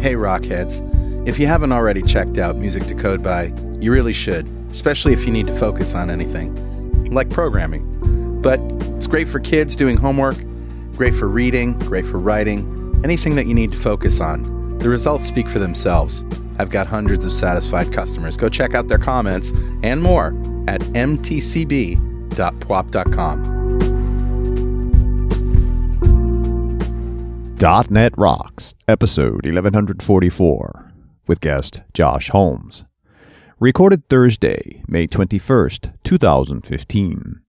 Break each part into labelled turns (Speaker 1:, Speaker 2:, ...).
Speaker 1: Hey, Rockheads. If you haven't already checked out Music to Code By, you really should, especially if you need to focus on anything, like programming. But it's great for kids doing homework, great for reading, great for writing, anything that you need to focus on. The results speak for themselves. I've got hundreds of satisfied customers. Go check out their comments and more at mtcb.pwop.com.
Speaker 2: .NET Rocks, episode 1144, with guest Josh Holmes. Recorded Thursday, May 21st, 2015.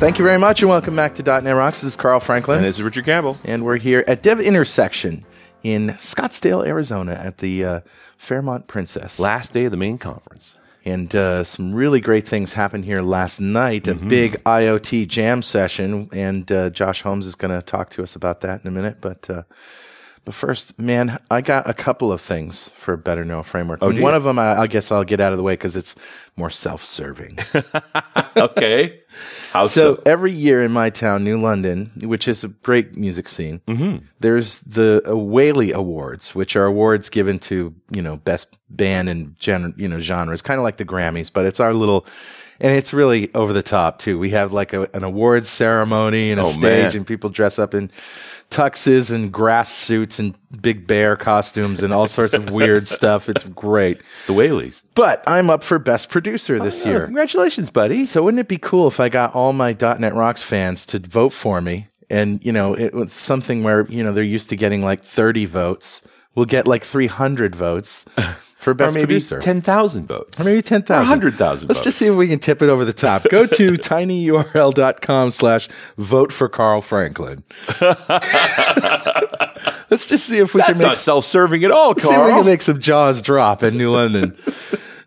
Speaker 1: Thank you very much and welcome back to .NET Rocks. This is Carl Franklin.
Speaker 3: And this is Richard Campbell.
Speaker 1: and we're here at Dev Intersection in Scottsdale, Arizona, at the uh, Fairmont Princess.
Speaker 3: Last day of the main conference.
Speaker 1: And uh, some really great things happened here last night. A big IoT jam session, and uh, Josh Holmes is going to talk to us about that in a minute. But uh, but first, man, I got a couple of things for a better neural framework. and
Speaker 3: do
Speaker 1: one
Speaker 3: you?
Speaker 1: of them, I, I guess I'll get out of the way because it's more self-serving.
Speaker 3: Okay. How so?
Speaker 1: So every year in my town, New London, which is a great music scene,
Speaker 3: Mm-hmm.
Speaker 1: there's the uh, Whaley Awards, which are awards given to you know best band and gen- you know genres, kind of like the Grammys, but it's our little. And it's really over the top too. We have like a, an awards ceremony and a
Speaker 3: Oh,
Speaker 1: stage,
Speaker 3: man.
Speaker 1: and people dress up in tuxes and grass suits and big bear costumes and all sorts of weird stuff. It's great.
Speaker 3: It's the Whaleys.
Speaker 1: But I'm up for best producer this year.
Speaker 3: Oh, Congratulations, buddy.
Speaker 1: So wouldn't it be cool if I got all my .NET Rocks fans to vote for me? And you know, it was something where you know they're used to getting like 30 votes. We'll get like 300 votes for best
Speaker 3: Or maybe
Speaker 1: producer.
Speaker 3: 10,000 votes.
Speaker 1: or maybe 10,000.
Speaker 3: 100,000
Speaker 1: Let's just
Speaker 3: votes.
Speaker 1: see if we can tip it over the top. Go to tinyurl.com slash vote for Carl Franklin. Let's just see if we
Speaker 3: That's
Speaker 1: can make
Speaker 3: not self serving at all,
Speaker 1: see if we
Speaker 3: Carl.
Speaker 1: can make some jaws drop in New London.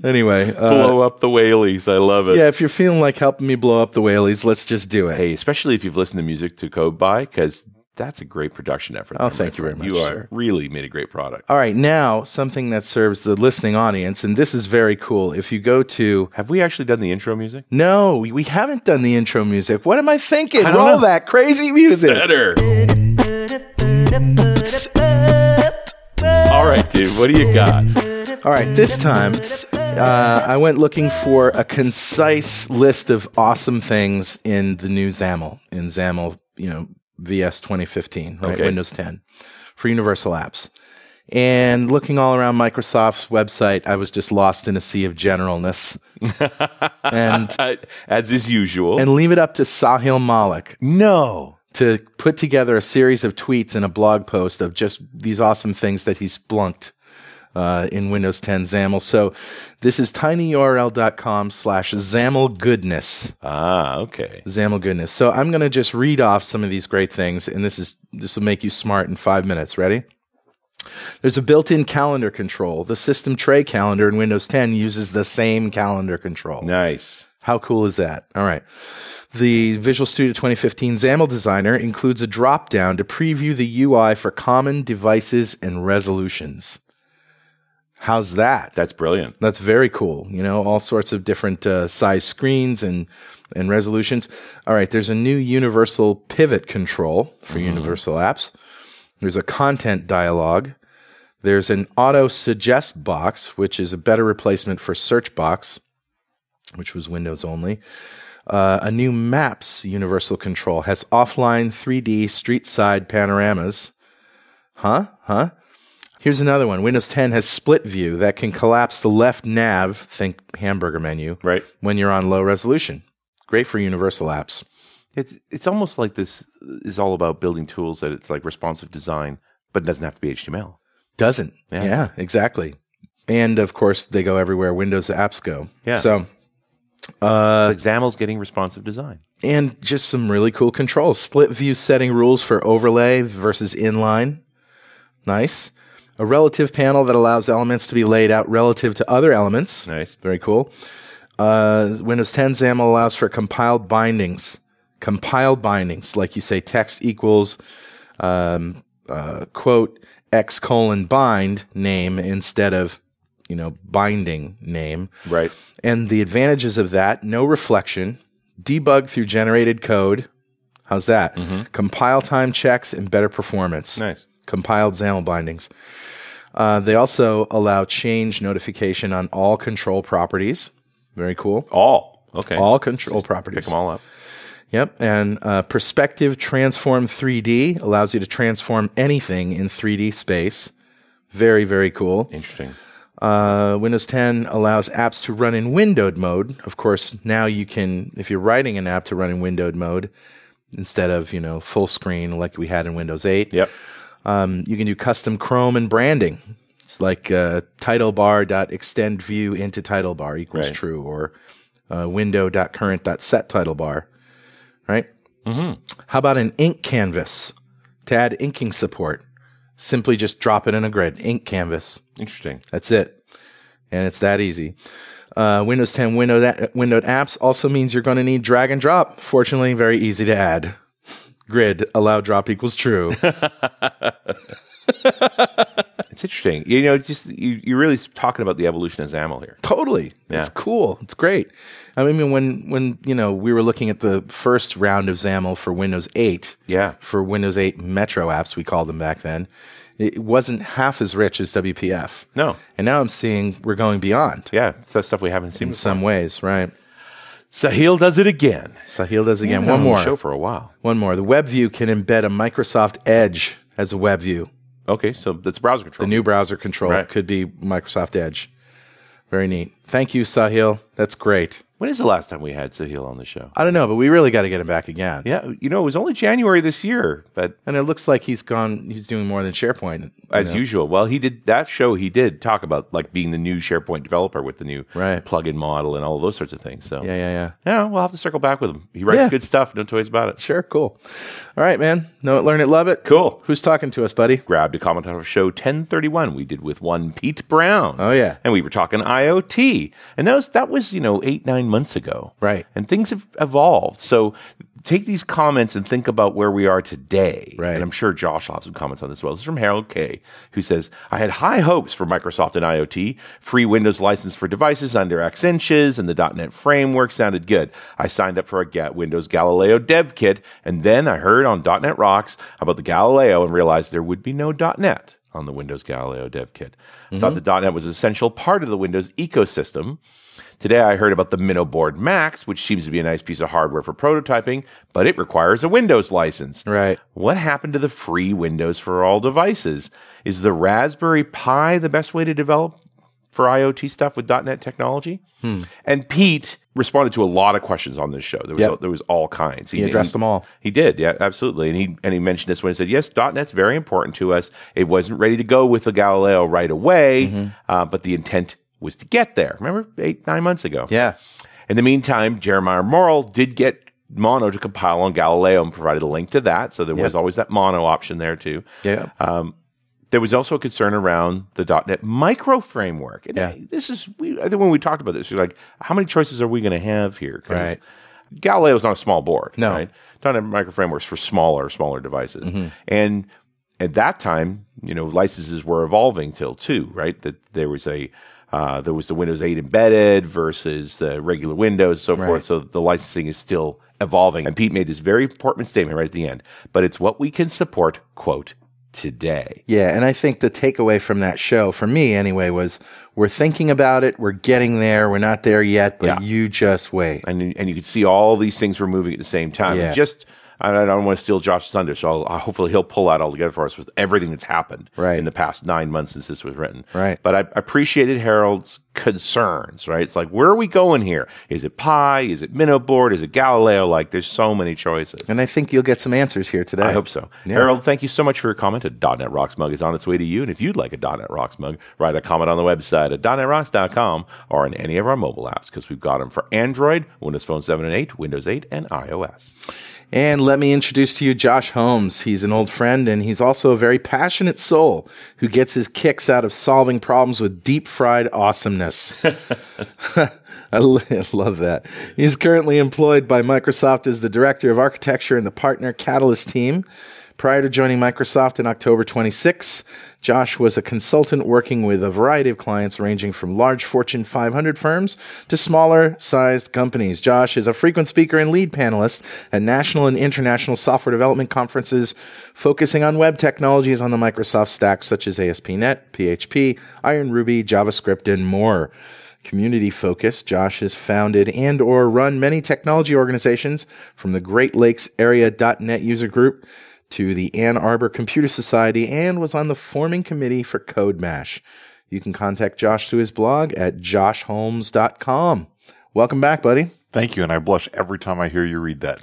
Speaker 1: anyway, uh,
Speaker 3: Blow up the Whaleys. I love it.
Speaker 1: yeah, if you're feeling like helping me blow up the whaleys, let's just do it.
Speaker 3: Hey, especially if you've listened to music to code by, because that's a great production effort. Oh,
Speaker 1: thank you very much,
Speaker 3: You are
Speaker 1: sir.
Speaker 3: really made a great product.
Speaker 1: All right, now something that serves the listening audience, and this is very cool. If you go to
Speaker 3: Have we actually done the intro music?
Speaker 1: no, we we haven't done the intro music. What am I thinking?
Speaker 3: don't
Speaker 1: Roll
Speaker 3: know.
Speaker 1: that crazy music.
Speaker 3: Better. All right, dude. What do you got?
Speaker 1: All right, this time uh, I went looking for a concise list of awesome things in the new XAML in XAML, you know, VS 2015, right?
Speaker 3: Okay.
Speaker 1: Windows 10 for universal apps. And looking all around Microsoft's website, I was just lost in a sea of generalness. and
Speaker 3: Uh, As is usual.
Speaker 1: and leave it up to Sahil Malik
Speaker 3: no.
Speaker 1: to put together a series of tweets and a blog post of just these awesome things that he splunked uh, in Windows 10 XAML. So this is tinyurl.com slash XAML goodness.
Speaker 3: Ah, okay.
Speaker 1: XAML goodness. So I'm going to just read off some of these great things, and this is this will make you smart in five minutes. Ready? There's a built-in calendar control. The system tray calendar in Windows 10 uses the same calendar control.
Speaker 3: Nice.
Speaker 1: How cool is that? All right. The Visual Studio 2015 XAML Designer includes a drop down to preview the UI for common devices and resolutions. How's that?
Speaker 3: That's brilliant.
Speaker 1: That's very cool. You know, all sorts of different uh, size screens and and resolutions. All right, there's a new universal pivot control for universal apps. There's a content dialog. There's an auto suggest box, which is a better replacement for search box, which was Windows only. Uh, a new maps universal control has offline 3D street side panoramas. Huh? Huh? Here's another one. Windows 10 has split view that can collapse the left nav, think hamburger menu,
Speaker 3: Right.
Speaker 1: when you're on low resolution. Great for universal apps.
Speaker 3: It's it's almost like this is all about building tools that it's like responsive design, but it doesn't have to be HTML.
Speaker 1: Doesn't.
Speaker 3: Yeah.
Speaker 1: yeah exactly. And of course, they go everywhere Windows apps go.
Speaker 3: Yeah.
Speaker 1: So
Speaker 3: so XAML's getting responsive design.
Speaker 1: and just some really cool controls. Split view setting rules for overlay versus inline. Nice. A relative panel that allows elements to be laid out relative to other elements.
Speaker 3: Nice.
Speaker 1: Very cool. Uh, Windows 10 XAML allows for compiled bindings. Compiled bindings, like you say, text equals um, uh, quote x colon bind name instead of you know, binding name.
Speaker 3: Right.
Speaker 1: And the advantages of that no reflection, debug through generated code. How's that? Compile time checks and better performance.
Speaker 3: Nice.
Speaker 1: Compiled XAML bindings. Uh, they also allow change notification on all control properties. Very cool.
Speaker 3: All. Okay.
Speaker 1: All control
Speaker 3: Pick
Speaker 1: properties.
Speaker 3: them all up.
Speaker 1: Yep. And uh, Perspective Transform 3D allows you to transform anything in 3D space. Very, very cool.
Speaker 3: Interesting.
Speaker 1: Uh, Windows 10 allows apps to run in windowed mode. Of course, now you can, if you're writing an app to run in windowed mode instead of, you know, full screen like we had in Windows 8,
Speaker 3: Yep.
Speaker 1: um, you can do custom Chrome and branding. It's like uh, title bar dot extend view into title bar equals
Speaker 3: Right.
Speaker 1: true or uh, window dot current dot set title bar, right? How about an ink canvas to add inking support? Simply just drop it in a grid, ink canvas.
Speaker 3: Interesting.
Speaker 1: That's it. And it's that easy. Uh, Windows 10 windowed, a- windowed apps also means you're going to need drag and drop. Fortunately, very easy to add. Grid allow drop equals true.
Speaker 3: It's interesting. You know, it's just you, you're really talking about the evolution of XAML here.
Speaker 1: totally. It's cool. It's great. I mean, when when you know we were looking at the first round of XAML for Windows 8,
Speaker 3: Yeah.
Speaker 1: for Windows 8 Metro apps, we called them back then. It wasn't half as rich as WPF.
Speaker 3: No.
Speaker 1: And now I'm seeing we're going beyond
Speaker 3: Yeah. It's that stuff we haven't seen.
Speaker 1: in some ways, right?
Speaker 3: Sahil does it again.
Speaker 1: Sahil does again.
Speaker 3: Been
Speaker 1: One
Speaker 3: on
Speaker 1: more.
Speaker 3: The show for a while.
Speaker 1: One more. The web view can embed a Microsoft Edge as a web view.
Speaker 3: Okay, so that's browser control.
Speaker 1: The new browser control
Speaker 3: Right.
Speaker 1: could be Microsoft Edge. Very neat. Thank you, Sahil. That's great.
Speaker 3: when is the last time we had Sahil on the show?
Speaker 1: I don't know, but we really got to get him back again.
Speaker 3: Yeah, you know, it was only January this year, but
Speaker 1: And it looks like he's gone, he's doing more than SharePoint.
Speaker 3: as usual, well, he did that show. He did talk about like being the new SharePoint developer with the new
Speaker 1: Right.
Speaker 3: plugin model and all those sorts of things. So
Speaker 1: Yeah, yeah, yeah.
Speaker 3: Yeah, we'll have to circle back with him. He writes
Speaker 1: Yeah.
Speaker 3: good stuff. No toys about it.
Speaker 1: Sure, cool. All right, man. Know it, learn it, love it.
Speaker 3: Cool.
Speaker 1: Who's talking to us, buddy?
Speaker 3: Grabbed a comment on our show 1031 we did with one Pete Brown.
Speaker 1: Oh, yeah.
Speaker 3: And we were talking IoT. And that was, that was you know, eight, nine months ago.
Speaker 1: Right.
Speaker 3: And things have evolved. So take these comments and think about where we are today.
Speaker 1: Right.
Speaker 3: And I'm sure Josh will have some comments on this as well. This is from Harold Kay, who says, I had high hopes for Microsoft and IoT. Free Windows license for devices under X inches and the .NET framework sounded good. I signed up for a Ga- Windows Galileo dev kit, and then I heard on .NET Rocks about the Galileo and realized there would be no .NET on the Windows Galileo dev kit. I thought the .NET was an essential part of the Windows ecosystem. Today I heard about the Minnowboard Max, which seems to be a nice piece of hardware for prototyping, but it requires a Windows license.
Speaker 1: Right.
Speaker 3: What happened to the free Windows for all devices? Is the Raspberry Pi the best way to develop for IoT stuff with .NET technology?
Speaker 1: Hmm.
Speaker 3: And Pete responded to a lot of questions on this show. There was
Speaker 1: Yep.
Speaker 3: there was all kinds.
Speaker 1: He addressed them all.
Speaker 3: He did, yeah, absolutely. And he and he mentioned this when he said, "Yes, .NET's very important to us. It wasn't ready to go with the Galileo right away, uh, but the intent was to get there. Remember, eight nine months ago.
Speaker 1: Yeah.
Speaker 3: In the meantime, Jeremiah Morrill did get Mono to compile on Galileo and provided a link to that. So there was always that Mono option there too.
Speaker 1: Yeah.
Speaker 3: There was also a concern around the .NET micro framework. And
Speaker 1: Yeah.
Speaker 3: this is we, I think when we talked about this, you're like, how many choices are we going to have here? 'Cause
Speaker 1: Right.
Speaker 3: Galileo's not a small board.
Speaker 1: No. Mm-hmm.
Speaker 3: right? .NET micro frameworks for smaller, smaller devices. And at that time, you know, licenses were evolving till too, right? That there was a uh, there was the Windows 8 embedded versus the regular Windows, so forth. So the licensing is still evolving. And Pete made this very important statement right at the end. But it's what we can support, quote, today.
Speaker 1: yeah. And I think the takeaway from that show, for me anyway, was we're thinking about it. We're getting there. We're not there yet, but
Speaker 3: Yeah.
Speaker 1: you just wait.
Speaker 3: and and you could see all these things were moving at the same time.
Speaker 1: Yeah.
Speaker 3: Just I I don't want to steal Josh's thunder, so I'll, i hopefully he'll pull out all together for us with everything that's happened
Speaker 1: Right.
Speaker 3: in the past nine months since this was written.
Speaker 1: Right.
Speaker 3: But I appreciated Harold's concerns. Right, it's like where are we going here? Is it Pi? Is it Minnowboard? Is it Galileo? Like there's so many choices.
Speaker 1: And I think you'll get some answers here today.
Speaker 3: I hope so. Harold, thank you so much for your comment. A .NET Rocks mug is on its way to you. And if you'd like a .NET Rocks mug, write a comment on the website at .NETRocks.com or on any of our mobile apps because we've got them for Android, Windows Phone 7 and 8, Windows 8, and iOS.
Speaker 1: And let me introduce to you Josh Holmes. He's an old friend and he's also a very passionate soul who gets his kicks out of solving problems with deep fried awesomeness. I lo- I love that. He's currently employed by Microsoft as the director of architecture in the partner Catalyst team. Prior to joining Microsoft in October 26, Josh was a consultant working with a variety of clients ranging from large Fortune 500 firms to smaller sized companies. Josh is a frequent speaker and lead panelist at national and international software development conferences, focusing on web technologies on the Microsoft stack, such as ASP.NET, PHP, Iron Ruby, JavaScript, and more community focused josh has founded and or run many technology organizations from the great lakes area.net user group to the ann arbor computer society and was on the forming committee for codemash you can contact josh through his blog at joshholmes.com welcome back buddy
Speaker 4: Thank you. And I blush every time I hear you read that.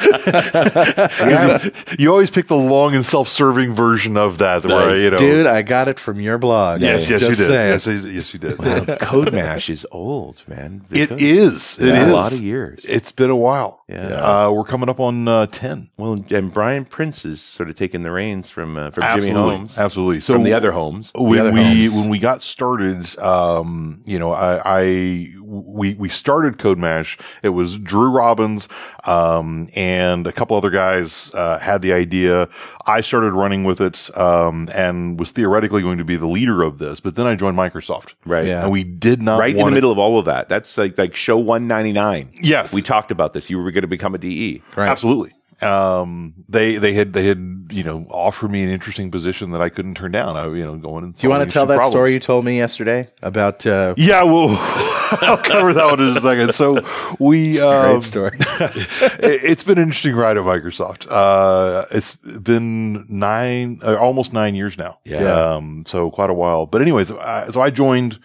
Speaker 4: Uh, you always pick the long and self serving version of that. Where,
Speaker 3: Nice.
Speaker 4: you know,
Speaker 1: dude i got it from your blog
Speaker 4: yes, yes, you
Speaker 1: Just
Speaker 4: did.
Speaker 1: saying.
Speaker 4: Yes, yes, yes, you did.
Speaker 3: Code Mash is old, man.
Speaker 4: It is. It
Speaker 3: Yeah, a
Speaker 4: is.
Speaker 3: lot of years.
Speaker 4: It's been a while.
Speaker 3: Yeah.
Speaker 4: Uh, we're coming up on uh, 10.
Speaker 3: Well, and Brian Prince is sort of taking the reins from uh, from
Speaker 4: Absolutely.
Speaker 3: Jimmy Holmes,
Speaker 4: Absolutely. So
Speaker 3: from the other Holmes.
Speaker 4: when
Speaker 1: other
Speaker 4: we
Speaker 1: homes.
Speaker 4: when we got started, um, you know, I, I we we started Code Mash. It was Drew Robbins um, and a couple other guys uh, had the idea. I started running with it um, and was theoretically going to be the leader of this, but then I joined Microsoft.
Speaker 3: Right.
Speaker 1: Yeah.
Speaker 4: and we did not
Speaker 3: Right in the
Speaker 4: want it-
Speaker 3: middle of all of that. That's like like show one ninety nine.
Speaker 4: Yes,
Speaker 3: We talked about this. You were going to become a E. DE.
Speaker 1: Right.
Speaker 4: Absolutely. Um, they they had they had you know offered me an interesting position that I couldn't turn down. I you know going. And
Speaker 1: do you want to tell that
Speaker 4: problems.
Speaker 1: story you told me yesterday about uh,
Speaker 4: Yeah, well, I'll cover that one in a second. So we um,
Speaker 1: great story
Speaker 4: it, has been an interesting ride at Microsoft. Uh, it's been nine, uh, almost nine years now.
Speaker 3: Yeah.
Speaker 4: Um, so quite a while. But anyways, I, so I joined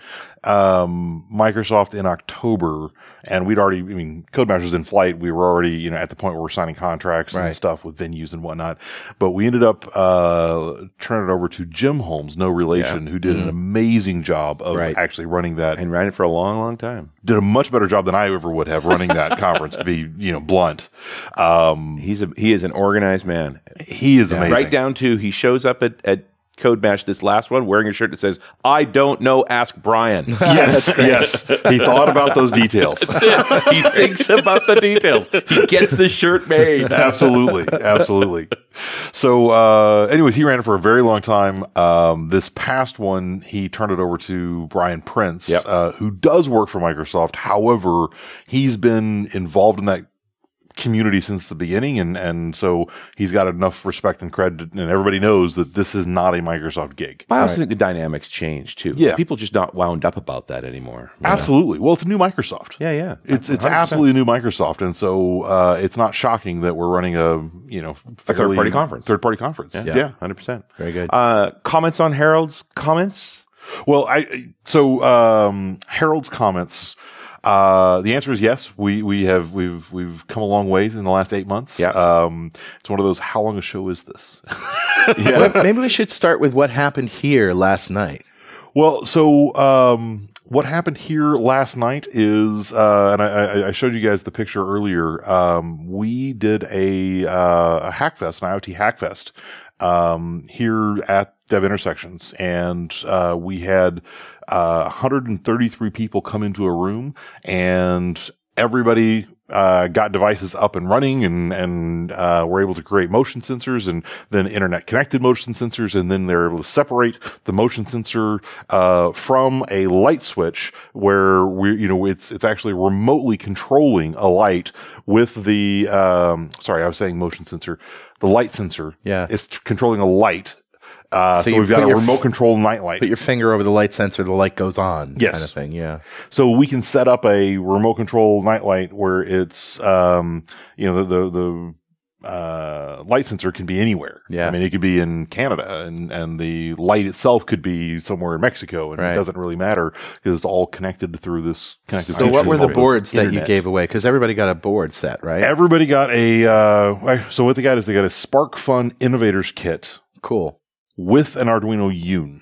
Speaker 4: um, Microsoft in October, and we'd already, I mean, CodeMash was in flight. We were already, you know, at the point where we're signing contracts
Speaker 1: Right.
Speaker 4: and stuff with venues and whatnot. But we ended up uh, turning it over to Jim Holmes, no relation, who did an amazing job of
Speaker 1: Mm. Right.
Speaker 4: actually running that
Speaker 3: And ran it for a long, long time.
Speaker 4: did a much better job than I ever would have running that conference. To be you know blunt, um,
Speaker 3: He's a he is an organized man.
Speaker 4: he is amazing.
Speaker 3: Right down to he shows up at at Code Mash this last one wearing a shirt that says "I don't know, ask Brian."
Speaker 4: Yes, yes. He thought about those details.
Speaker 3: he thinks about the details. He gets the shirt made.
Speaker 4: absolutely, absolutely. So, uh, anyways, he ran it for a very long time. Um, this past one, he turned it over to Brian Prince,
Speaker 3: Yep.
Speaker 4: uh, who does work for Microsoft. However, he's been involved in that community since the beginning, and and so he's got enough respect and credit, and everybody knows that this is not a Microsoft gig.
Speaker 3: I also think the dynamics change too.
Speaker 4: Yeah.
Speaker 3: people just not wound up about that anymore. you know?
Speaker 4: Absolutely. Well, it's a new Microsoft.
Speaker 3: Yeah, yeah.
Speaker 4: It's it's
Speaker 3: 100%.
Speaker 4: absolutely new Microsoft, and so uh, it's not shocking that we're running a you know fairly-
Speaker 3: third-party conference.
Speaker 4: Third party conference. Yeah.
Speaker 3: hundred percent.
Speaker 1: Very good.
Speaker 3: Uh, comments on Harold's comments?
Speaker 4: Well, I so um, Harold's comments. Uh, the answer is yes. We we have we've we've come a long ways in the last eight months.
Speaker 3: Yeah.
Speaker 4: Um, it's one of those. How long a show is this?
Speaker 1: Well, maybe we should start with what happened here last night
Speaker 4: Well, so um, what happened here last night is, uh, and I, I- I showed you guys the picture earlier. Um, we did a, uh, a hackfest, an IoT hackfest, um, here at Dev Intersections, and uh, we had uh, 133 people come into a room, and everybody uh, got devices up and running and, and uh, were able to create motion sensors and then internet connected motion sensors. And then they're able to separate the motion sensor uh, from a light switch where we, you know, it's, it's actually remotely controlling a light with the, um, sorry, I was saying motion sensor, the light sensor.
Speaker 1: Yeah.
Speaker 4: It's t- controlling a light.
Speaker 1: So
Speaker 4: Uh, so,
Speaker 1: you
Speaker 4: we've got
Speaker 1: put
Speaker 4: a
Speaker 1: your f-
Speaker 4: remote control night light.
Speaker 1: put your finger over the light sensor the light goes on
Speaker 4: Yes.
Speaker 1: kind of thing yeah
Speaker 4: so we can set up a remote control nightlight where it's um you know the the, the uh, light sensor can be anywhere.
Speaker 1: Yeah.
Speaker 4: I mean, it could be in Canada, and and the light itself could be somewhere in Mexico, and
Speaker 1: Right.
Speaker 4: it doesn't really matter because it's all connected through this connected.
Speaker 1: So, what
Speaker 4: feature
Speaker 1: were the
Speaker 4: called
Speaker 1: boards that you
Speaker 4: internet.
Speaker 1: gave away? Because everybody got a board set, right?
Speaker 4: Everybody got a. Uh, so what they got is they got a Spark Fun Innovators Kit
Speaker 1: cool.
Speaker 4: with an Arduino Yun.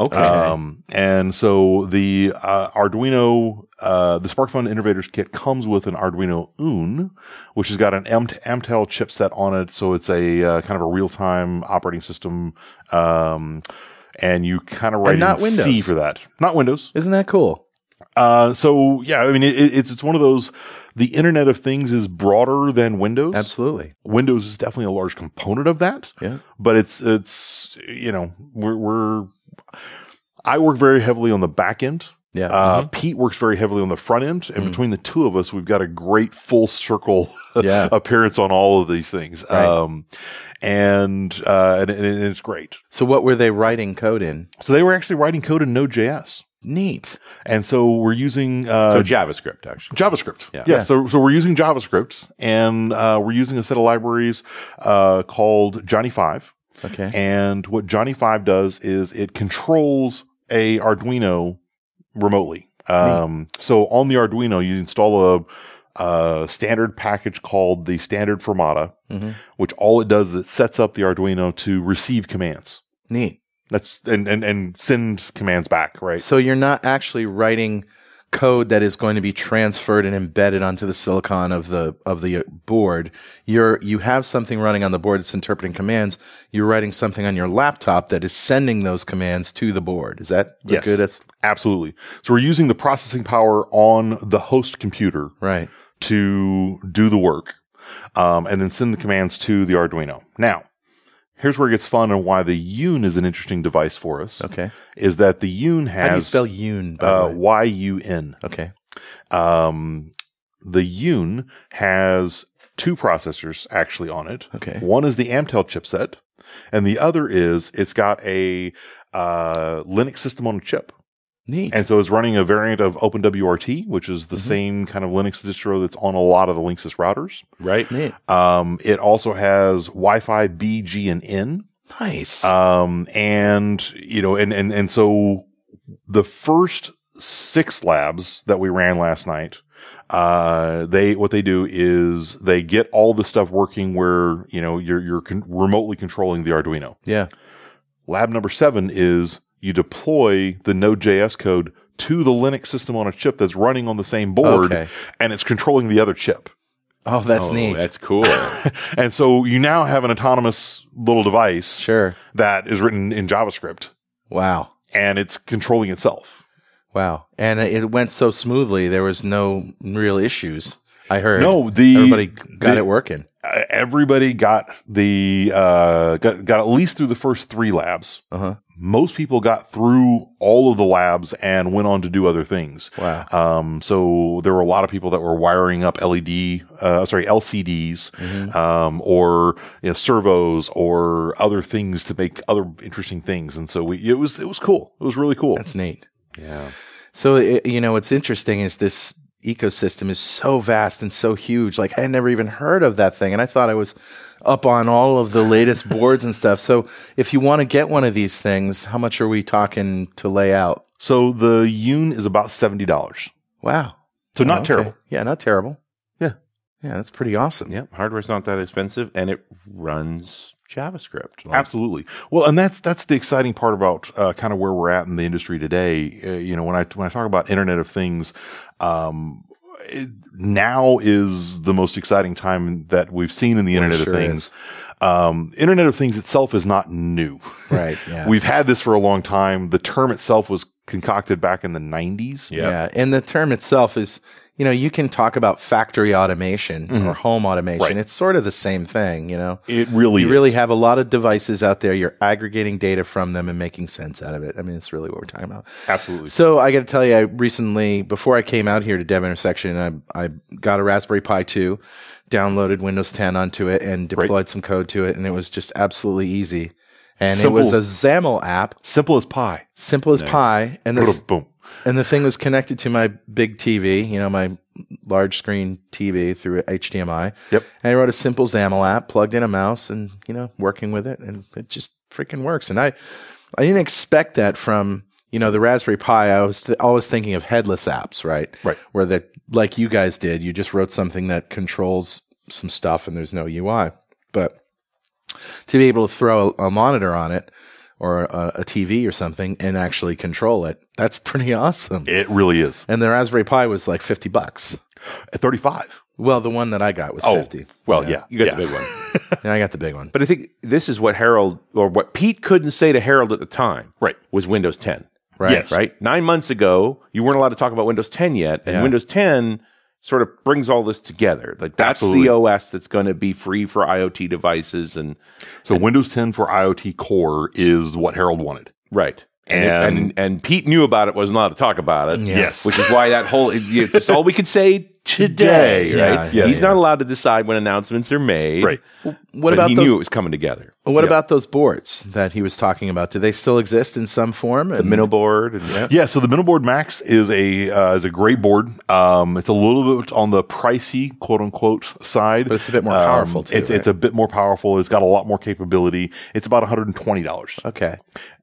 Speaker 3: Okay,
Speaker 4: Um, and so the uh, Arduino, uh, the SparkFun Innovators Kit comes with an Arduino Un, which has got an Amt- Amtel chipset on it. So it's a uh, kind of a real time operating system. Um, and you kind of write
Speaker 1: And not
Speaker 4: in C
Speaker 1: Windows.
Speaker 4: for that, not Windows.
Speaker 1: Isn't that cool?
Speaker 4: Uh, so yeah, I mean, it, it- it's it's one of those. the Internet of Things is broader than Windows.
Speaker 1: Absolutely.
Speaker 4: Windows is definitely a large component of that.
Speaker 1: Yeah.
Speaker 4: But it's it's you know we're we're I work very heavily on the back end.
Speaker 1: Yeah. Mm-hmm. Mm.
Speaker 4: Uh, Pete works very heavily on the front end, and between the two of us, we've got a great full circle
Speaker 1: Yeah.
Speaker 4: appearance on all of these things.
Speaker 1: Right.
Speaker 4: Um, and, uh, and and it's great.
Speaker 1: so what were they writing code in?
Speaker 4: So they were actually writing code in Node.js,
Speaker 1: Neat.
Speaker 4: and so we're using uh,
Speaker 3: So JavaScript, actually.
Speaker 4: JavaScript.
Speaker 3: Yeah.
Speaker 4: Yeah. So, so we're using JavaScript and uh, we're using a set of libraries uh, called Johnny Five.
Speaker 1: Okay.
Speaker 4: And what Johnny Five does is it controls a Arduino remotely. Um, so on the Arduino, you install a, a standard package called the standard Fermata,
Speaker 1: Mhm.
Speaker 4: which all it does is it sets up the Arduino to receive commands.
Speaker 1: Neat.
Speaker 4: That's and and, and send commands back, right?
Speaker 1: So you're not actually writing code that is going to be transferred and embedded onto the silicon of the of the uh, board. You're you have something running on the board that's interpreting commands. You're writing something on your laptop that is sending those commands to the board. Is that
Speaker 4: Yes.
Speaker 1: good? That's
Speaker 4: Absolutely. So we're using the processing power on the host computer
Speaker 1: right.
Speaker 4: to do the work um, and then send the commands to the Arduino. Now, here's where it gets fun and why the Yoon is an interesting device for us
Speaker 1: Okay.
Speaker 4: is that the Yoon
Speaker 1: How do you
Speaker 4: has
Speaker 1: spell yoon? By
Speaker 4: uh,
Speaker 1: the way?
Speaker 4: Y U N.
Speaker 1: Okay.
Speaker 4: Um, the Yoon has two processors actually on it.
Speaker 1: Okay.
Speaker 4: One is the Amtel chipset, and the other is it's got a uh, Linux system on a chip.
Speaker 1: Neat. Mm-hmm.
Speaker 4: And so it's running a variant of OpenWRT, which is the same kind of Linux distro that's on a lot of the Linksys routers.
Speaker 3: Right?
Speaker 1: Neat.
Speaker 4: Um, it also has Wi-Fi B, G, and N.
Speaker 1: Nice.
Speaker 4: Um, and you know, and and and so the first six labs that we ran last night, uh, they what they do is they get all the stuff working where you know you're you're con- remotely controlling the Arduino.
Speaker 1: yeah.
Speaker 4: Lab number seven is you deploy the Node.js code to the Linux system on a chip that's running on the same board
Speaker 1: Okay.
Speaker 4: and it's controlling the other chip.
Speaker 1: Oh, that's
Speaker 3: Oh,
Speaker 1: neat.
Speaker 3: That's cool.
Speaker 4: And so you now have an autonomous little device
Speaker 1: sure.
Speaker 4: that is written in JavaScript
Speaker 1: Wow.
Speaker 4: and it's controlling itself.
Speaker 1: Wow. And it went so smoothly. There was no real issues. I heard.
Speaker 4: No, the
Speaker 1: Everybody got
Speaker 4: the-
Speaker 1: it working.
Speaker 4: uh, Everybody got the uh, got, got at least through the first three labs.
Speaker 1: Uh huh.
Speaker 4: Most people got through all of the labs and went on to do other things.
Speaker 1: Wow.
Speaker 4: Um, so there were a lot of people that were wiring up LED, uh, sorry, LCDs,
Speaker 1: Mm-hmm.
Speaker 4: um, or you know, servos or other things to make other interesting things. And so we, it was, it was cool. It was really cool.
Speaker 1: That's neat.
Speaker 4: yeah.
Speaker 1: So it, you know what's interesting is this ecosystem is so vast and so huge. Like I had never even heard of that thing, and I thought I was up on all of the latest boards and stuff. So if you want to get one of these things, how much are we talking to lay out?
Speaker 4: So the Yoon is about $70.
Speaker 1: Wow.
Speaker 4: So
Speaker 1: Oh,
Speaker 4: not
Speaker 1: Okay.
Speaker 4: terrible.
Speaker 1: Yeah, not terrible.
Speaker 4: Yeah.
Speaker 1: Yeah, that's pretty awesome.
Speaker 3: yep. Hardware's not that expensive and it runs JavaScript. Like,
Speaker 4: Absolutely. Well, and that's that's the exciting part about uh, kind of where we're at in the industry today. Uh, you know, when I when I talk about Internet of Things, um, it, now is the most exciting time that we've seen in the Internet
Speaker 1: sure
Speaker 4: of Things. Um, Internet of Things itself is not new.
Speaker 1: Right. Yeah.
Speaker 4: we've had this for a long time. The term itself was concocted back in the '90s.
Speaker 3: Yeah.
Speaker 1: Yeah. And the term itself is, you know, you can talk about factory automation or home automation.
Speaker 4: Right.
Speaker 1: It's sort of the same thing, you know.
Speaker 4: It really,
Speaker 1: you
Speaker 4: is.
Speaker 1: really have a lot of devices out there. You're aggregating data from them and making sense out of it. I mean, it's really what we're talking about.
Speaker 4: absolutely.
Speaker 1: So I got to tell you, I recently, before I came out here to Dev Intersection, I, I got a Raspberry Pi 2, downloaded Windows 10 onto it, and deployed some code to it, and it was just absolutely easy. And
Speaker 4: Simple.
Speaker 1: it was a XAML app,
Speaker 4: Simple as pie.
Speaker 1: simple as pie, and the
Speaker 4: Boom.
Speaker 1: and the thing was connected to my big TV, you know, my large screen TV through HDMI.
Speaker 4: Yep.
Speaker 1: And I wrote a simple XAML app, plugged in a mouse, and you know, working with it, and it just freaking works. And I, I didn't expect that from you know the Raspberry Pi. I was th- always thinking of headless apps, right?
Speaker 4: Right.
Speaker 1: Where that, like you guys did, you just wrote something that controls some stuff, and there's no UI. But to be able to throw a, a monitor on it or a, a TV or something and actually control it, that's pretty awesome.
Speaker 4: It really is.
Speaker 1: And the Raspberry Pi was like 50 bucks.
Speaker 4: At 35.
Speaker 1: Well, the one that I got was 50.
Speaker 4: Well, oh, yeah.
Speaker 3: You got
Speaker 4: yeah.
Speaker 3: the big one.
Speaker 1: And I got the big one.
Speaker 3: Oh, But I think this is what Harold or what Pete couldn't say to Harold at the time.
Speaker 4: Right.
Speaker 3: Was Windows 10.
Speaker 1: Right.
Speaker 4: Yes.
Speaker 3: Right. Nine months ago, you weren't allowed to talk about Windows 10 yet, and
Speaker 1: Yeah.
Speaker 3: Windows 10 sort of brings all this together. Like that's
Speaker 4: Absolutely.
Speaker 3: the OS that's going to be free for IoT devices and
Speaker 4: So Windows 10 for IoT Core is what Harold wanted.
Speaker 3: right. And
Speaker 4: And-
Speaker 3: and, and, Pete knew about it, wasn't allowed to talk about it.
Speaker 1: Yeah.
Speaker 4: Yes.
Speaker 3: which is why that whole it- you- it's all we could say today,
Speaker 4: Today,
Speaker 3: right?
Speaker 1: yeah,
Speaker 3: He's
Speaker 1: yeah.
Speaker 3: not allowed to decide when announcements are made.
Speaker 4: Right.
Speaker 1: What
Speaker 3: but
Speaker 1: about
Speaker 3: he
Speaker 1: those?
Speaker 3: knew it was coming together.
Speaker 1: What about those boards that he was talking about? Do they still exist in some form?
Speaker 3: The minnow board and
Speaker 4: Yeah, so the Miniboard Max is a uh, is a great board. Um, it's a little bit on the pricey quote unquote side,
Speaker 1: But it's a bit more
Speaker 4: Um,
Speaker 1: powerful, too,
Speaker 4: It's it's a
Speaker 1: right?
Speaker 4: bit more powerful. It's got a lot more capability. It's about one hundred and twenty dollars.
Speaker 1: Okay.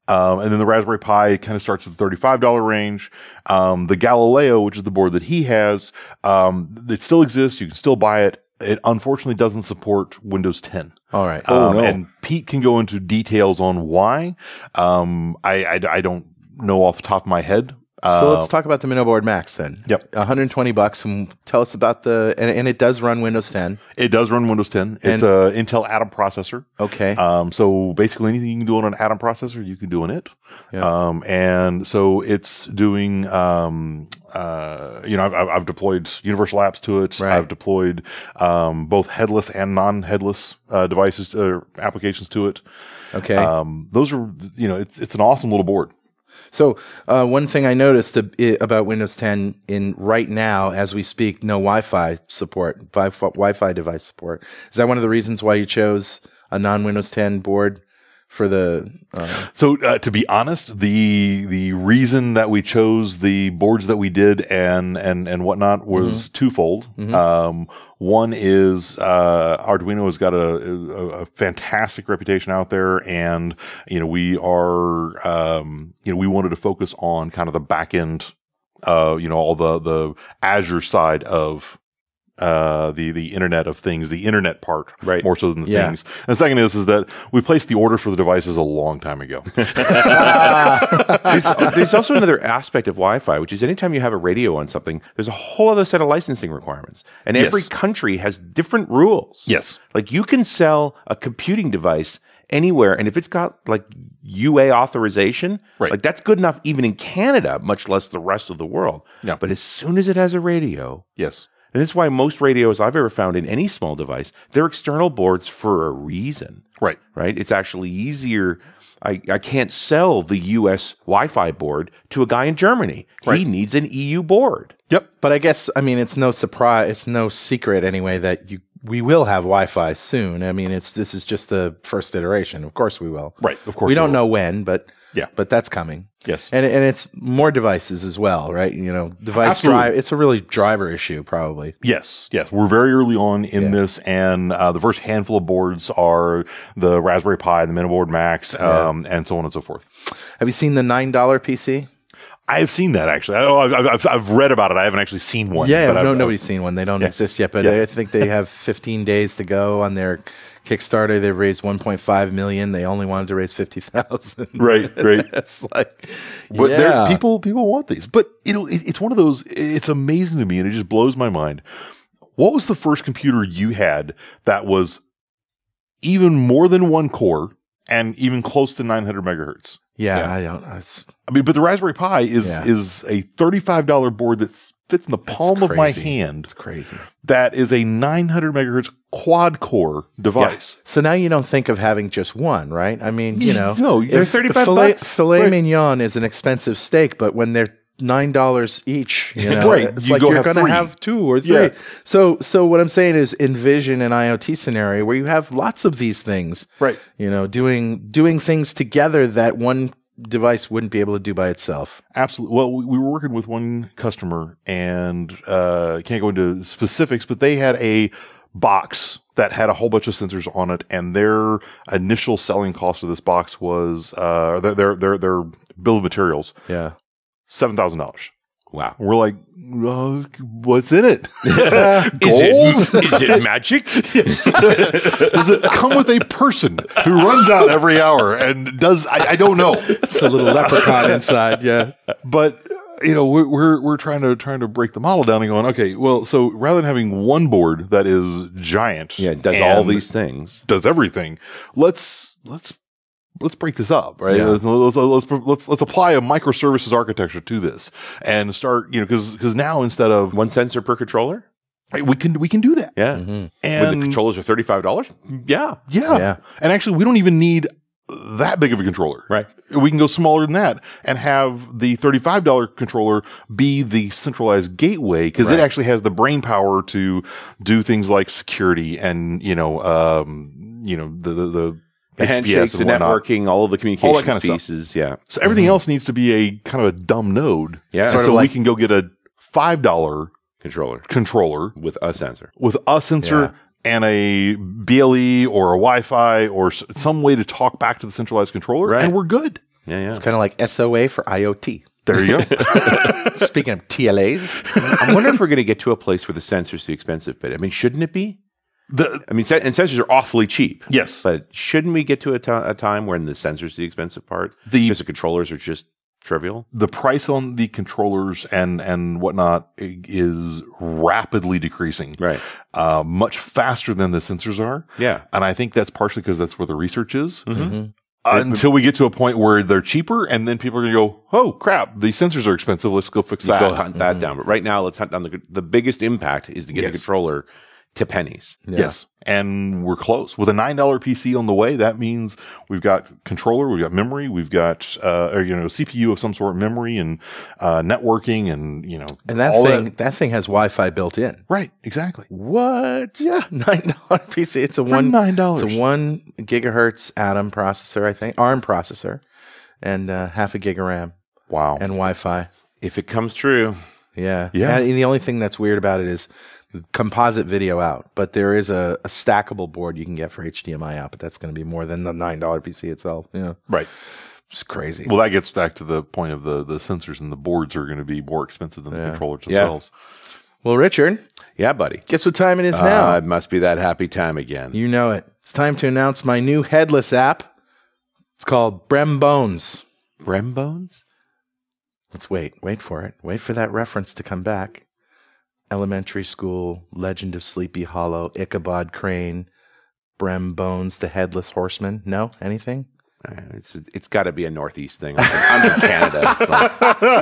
Speaker 4: Um, and then the Raspberry Pi kind of starts at the thirty-five dollar range. Um, the Galileo, which is the board that he has, um, it still exists. You can still buy it. It unfortunately doesn't support Windows 10.
Speaker 1: All right.
Speaker 3: Uh,
Speaker 4: Um, And Pete can go into details on why. Um, I, I I don't know off the top of my head. Uh,
Speaker 1: so
Speaker 3: uh,
Speaker 1: let's talk about the Minnow Board Max then.
Speaker 4: Yep.
Speaker 1: 120 bucks. And tell us about the and, and it does run Windows 10.
Speaker 4: It does run Windows 10.
Speaker 1: And-
Speaker 4: It's a Intel Atom processor.
Speaker 1: Okay.
Speaker 3: Uh,
Speaker 4: Um, so basically, anything you can do on an Atom processor, you can do on it.
Speaker 1: Yeah.
Speaker 4: Um, and so it's doing. Um, uh, you know, I've, I've- I've deployed universal apps to it.
Speaker 1: Right.
Speaker 4: I've deployed um, both headless and non-headless uh, devices uh, applications to it.
Speaker 1: okay.
Speaker 3: uh,
Speaker 4: Um, those are, you know, it's it's an awesome little board.
Speaker 1: So uh, one thing I noticed ab- i- about Windows 10 in right now, as we speak, no Wi-Fi support, Wi- Wi-Fi device support. Is that one of the reasons why you chose a non-Windows 10 board for the? Uh,
Speaker 4: So uh, to be honest, the the reason that we chose the boards that we did and and and whatnot was twofold. Um, one is uh, Arduino has got a, a, a fantastic reputation out there, and you know we are um, you know we wanted to focus on kind of the back end, uh, you know all the the Azure side of uh the the internet of things the internet part
Speaker 3: Right.
Speaker 4: more so than the
Speaker 1: Yeah.
Speaker 4: things and the second is is that we placed the order for the devices a long time ago
Speaker 3: there's, there's also another aspect of Wi-Fi, which is anytime you have a radio on something, there's a whole other set of licensing requirements, and every
Speaker 4: Yes.
Speaker 3: country has different rules.
Speaker 4: Yes.
Speaker 3: like you can sell a computing device anywhere, and if it's got like UA authorization,
Speaker 4: Right.
Speaker 3: like that's good enough even in Canada, much less the rest of the world.
Speaker 4: Yeah.
Speaker 3: But as soon as it has a radio,
Speaker 4: Yes.
Speaker 3: and that's why most radios I've ever found in any small device, they're external boards for a reason
Speaker 4: Right.
Speaker 3: right? It's actually easier. I, I can't sell the US Wi Fi board to a guy in Germany. He needs an EU board.
Speaker 4: Yep.
Speaker 1: but I guess I mean it's no surprise, it's no secret anyway that you we will have Wi-Fi soon. I mean it's this is just the first iteration. Of course we will.
Speaker 4: Right, of course
Speaker 1: we
Speaker 4: we
Speaker 1: don't
Speaker 4: will.
Speaker 1: know when, but
Speaker 4: Yeah.
Speaker 1: but that's coming.
Speaker 4: Yes.
Speaker 1: and and it's more devices as well, right? You know, device
Speaker 4: Absolutely.
Speaker 1: drive. It's a really driver issue, probably.
Speaker 4: Yes. Yes. We're very early on in
Speaker 1: Yeah.
Speaker 4: this, and uh, the first handful of boards are the Raspberry Pi, the Miniboard Max, um, and so on and so forth.
Speaker 1: Have you seen the nine dollar PC?
Speaker 4: I've seen that actually. I, oh, I've, I've, I've read about it. I haven't actually seen one.
Speaker 1: Yeah,
Speaker 4: but
Speaker 1: no,
Speaker 4: I've-
Speaker 1: nobody's seen one. They don't exist yet, but
Speaker 4: Yeah.
Speaker 1: I think they have 15 days to go on their Kickstarter. They've raised 1.5 million. They only wanted to raise 50,000.
Speaker 4: Right, right.
Speaker 1: That's like,
Speaker 4: But there,
Speaker 1: yeah.
Speaker 4: people people want these. But you know, it, it's one of those. It's amazing to me, and it just blows my mind. What was the first computer you had that was even more than one core and even close to 900 megahertz?
Speaker 1: yeah,
Speaker 3: Yeah.
Speaker 1: I don't. It's,
Speaker 4: I mean, but the Raspberry Pi is
Speaker 1: Yeah.
Speaker 4: is a thirty-five dollar board that s- fits in the palm of my
Speaker 1: crazy.
Speaker 4: hand.
Speaker 1: it's crazy.
Speaker 4: That is a nine hundred megahertz quad core device.
Speaker 1: So now you don't think of having just one, right? I mean, you know,
Speaker 4: No, they're
Speaker 1: if
Speaker 3: 35
Speaker 1: filet,
Speaker 3: bucks.
Speaker 1: Filet
Speaker 4: Right.
Speaker 1: mignon is an expensive steak, but when they're nine dollars each, you know,
Speaker 4: Right.
Speaker 1: it's
Speaker 4: You
Speaker 1: like
Speaker 4: go
Speaker 1: you're
Speaker 4: have
Speaker 1: going to
Speaker 4: three.
Speaker 1: have two or three.
Speaker 4: Yeah.
Speaker 1: So, so what I'm saying is, envision an IoT scenario where you have lots of these things,
Speaker 4: Right.
Speaker 1: You know, doing doing things together that one device wouldn't be able to do by itself.
Speaker 4: Absolutely. Well, we, we were working with one customer, and uh, can't go into specifics, but they had a box that had a whole bunch of sensors on it, and their initial selling cost of this box was uh, their, their their their bill of materials
Speaker 1: Yeah,
Speaker 4: seven thousand dollars.
Speaker 3: Wow.
Speaker 4: We're like, uh, what's in it?
Speaker 3: Is it, is it magic?
Speaker 4: Does it come with a person who runs out every hour and does? I, I don't know,
Speaker 1: it's a little leprechaun inside. Yeah,
Speaker 4: but you know, we're, we're we're trying to trying to break the model down and going, okay, well, so rather than having one board that is giant,
Speaker 3: Yeah, it does all
Speaker 4: and
Speaker 3: these things.
Speaker 4: does everything, let's let's let's break this up, right?
Speaker 1: Yeah.
Speaker 4: Let's, let's, let's, let's, let's apply a microservices architecture to this and start, you know, cause, cause now instead of
Speaker 3: One sensor per controller?
Speaker 4: we can, we can do that.
Speaker 3: Yeah.
Speaker 4: And
Speaker 3: when the controllers are $35? Yeah.
Speaker 4: Yeah.
Speaker 1: Yeah.
Speaker 4: And actually, we don't even need that big of a controller.
Speaker 3: Right.
Speaker 4: We can go smaller than that and have the $35 controller be the centralized gateway because it actually has the brain power to do things like security and, you know, um, you know, the, the, the,
Speaker 3: The
Speaker 4: HPS
Speaker 3: handshakes, the
Speaker 4: and whatnot.
Speaker 3: networking, all of the communication
Speaker 4: All that kind of stuff.
Speaker 3: pieces. Yeah.
Speaker 4: So everything else needs to be a kind of a dumb node.
Speaker 3: Yeah.
Speaker 4: And
Speaker 3: Sort
Speaker 1: of
Speaker 4: so we
Speaker 1: like-
Speaker 4: can go get a $5
Speaker 3: Controller
Speaker 4: controller
Speaker 3: with a sensor.
Speaker 4: with a sensor
Speaker 1: Yeah.
Speaker 4: and a BLE or a Wi-Fi or s- some way to talk back to the centralized controller,
Speaker 3: Right.
Speaker 4: and we're good.
Speaker 3: Yeah. Yeah.
Speaker 1: It's kind of like SOA for IoT.
Speaker 4: There you go.
Speaker 1: Speaking of TLAs,
Speaker 3: I wonder if we're going to get to a place where the sensor's the expensive bit. I mean, shouldn't it be?
Speaker 4: The-
Speaker 3: I mean, sen- and sensors are awfully cheap.
Speaker 4: yes,
Speaker 3: But shouldn't we get to a ti- a time when the sensor's the expensive part?
Speaker 4: The-
Speaker 3: Because the controllers are just trivial.
Speaker 4: the price on the controllers and and whatnot i- is rapidly decreasing,
Speaker 3: Right.
Speaker 4: Uh, much faster than the sensors are.
Speaker 3: Yeah. Mm-hmm.
Speaker 4: And I think that's partially because that's where the research is. Uh, until we get to a point where they're cheaper, and then people are going to go, "Oh crap, the sensors are expensive. Let's go fix that." Mm-hmm.
Speaker 3: Go hunt that down. But right now, let's hunt down the the biggest impact is to get
Speaker 4: Yes. Mm.
Speaker 3: the controller to pennies.
Speaker 4: Yes. And we're close with a nine dollar PC on the way. That means we've got controller, we've got memory, we've got uh, or, you know CPU of some sort, memory and uh, networking, and you know
Speaker 1: and that
Speaker 4: all
Speaker 1: thing that. thing has Wi-Fi built in.
Speaker 4: Right, exactly.
Speaker 1: What? Yeah, nine dollar PC. It's a one
Speaker 4: $9.
Speaker 1: It's a one gigahertz Atom processor, I think, ARM processor, and uh, half a gig of RAM
Speaker 4: Wow.
Speaker 1: and Wi-Fi.
Speaker 3: If it comes true,
Speaker 1: Yeah,
Speaker 4: Yeah.
Speaker 1: And the only thing that's weird about it is composite video out, but there is a, a stackable board you can get for HDMI out, but that's going to be more than the nine dollar PC itself. Yeah,
Speaker 4: right.
Speaker 1: it's crazy.
Speaker 4: Well, that gets back to the point of the the sensors and the boards are going to be more expensive than the controllers themselves.
Speaker 1: Well, Richard,
Speaker 3: yeah, buddy.
Speaker 1: guess what time it is now?
Speaker 3: Uh, it must be that happy time again.
Speaker 1: You know it. It's time to announce my new headless app. It's called Brem Bones.
Speaker 3: Brem bones?
Speaker 1: Let's wait. Wait for it. Wait for that reference to come back. Elementary school, Legend of Sleepy Hollow, Ichabod Crane, Brem Bones, the Headless Horseman. No? Anything?
Speaker 3: Uh, It's it's got to be a northeast thing. I'm from, I'm from Canada.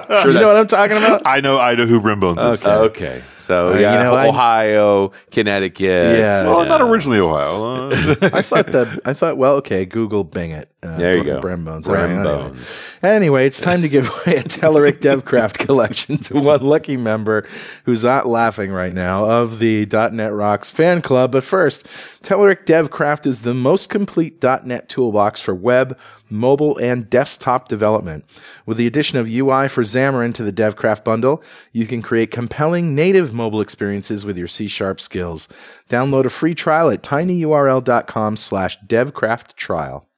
Speaker 3: so- sure,
Speaker 1: You know what I'm
Speaker 3: that's-
Speaker 1: talking about?
Speaker 4: I know, I know who Brimbones is.
Speaker 3: Okay, so
Speaker 1: Uh, you
Speaker 3: yeah,
Speaker 1: know, I-
Speaker 3: Ohio, Connecticut.
Speaker 1: Yeah.
Speaker 4: Well, not originally Ohio. Uh,
Speaker 1: I thought that I thought, well, okay, Google Bing it. Uh,
Speaker 3: There you
Speaker 1: Br-
Speaker 3: go.
Speaker 1: Brem Bones. All right,
Speaker 3: Brem
Speaker 1: anyway.
Speaker 3: bones.
Speaker 1: Anyway, it's time to give away a Telerik DevCraft collection to one lucky member who's not laughing right now of the .NET Rocks fan club. But first, Telerik DevCraft is the most complete .NET toolbox for web, mobile, and desktop development. With the addition of UI for Xamarin to the DevCraft bundle, you can create compelling native mobile experiences with your C-sharp skills. Download a free trial at tinyurl.com slash devcraft trial.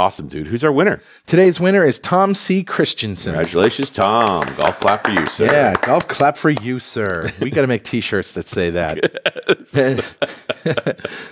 Speaker 3: Awesome, dude. Who's our winner?
Speaker 1: Today's winner is Tom C. Christensen.
Speaker 3: Congratulations, Tom. Golf clap for you, sir.
Speaker 1: Yeah, golf clap for you, sir. We got to make T-shirts that say that.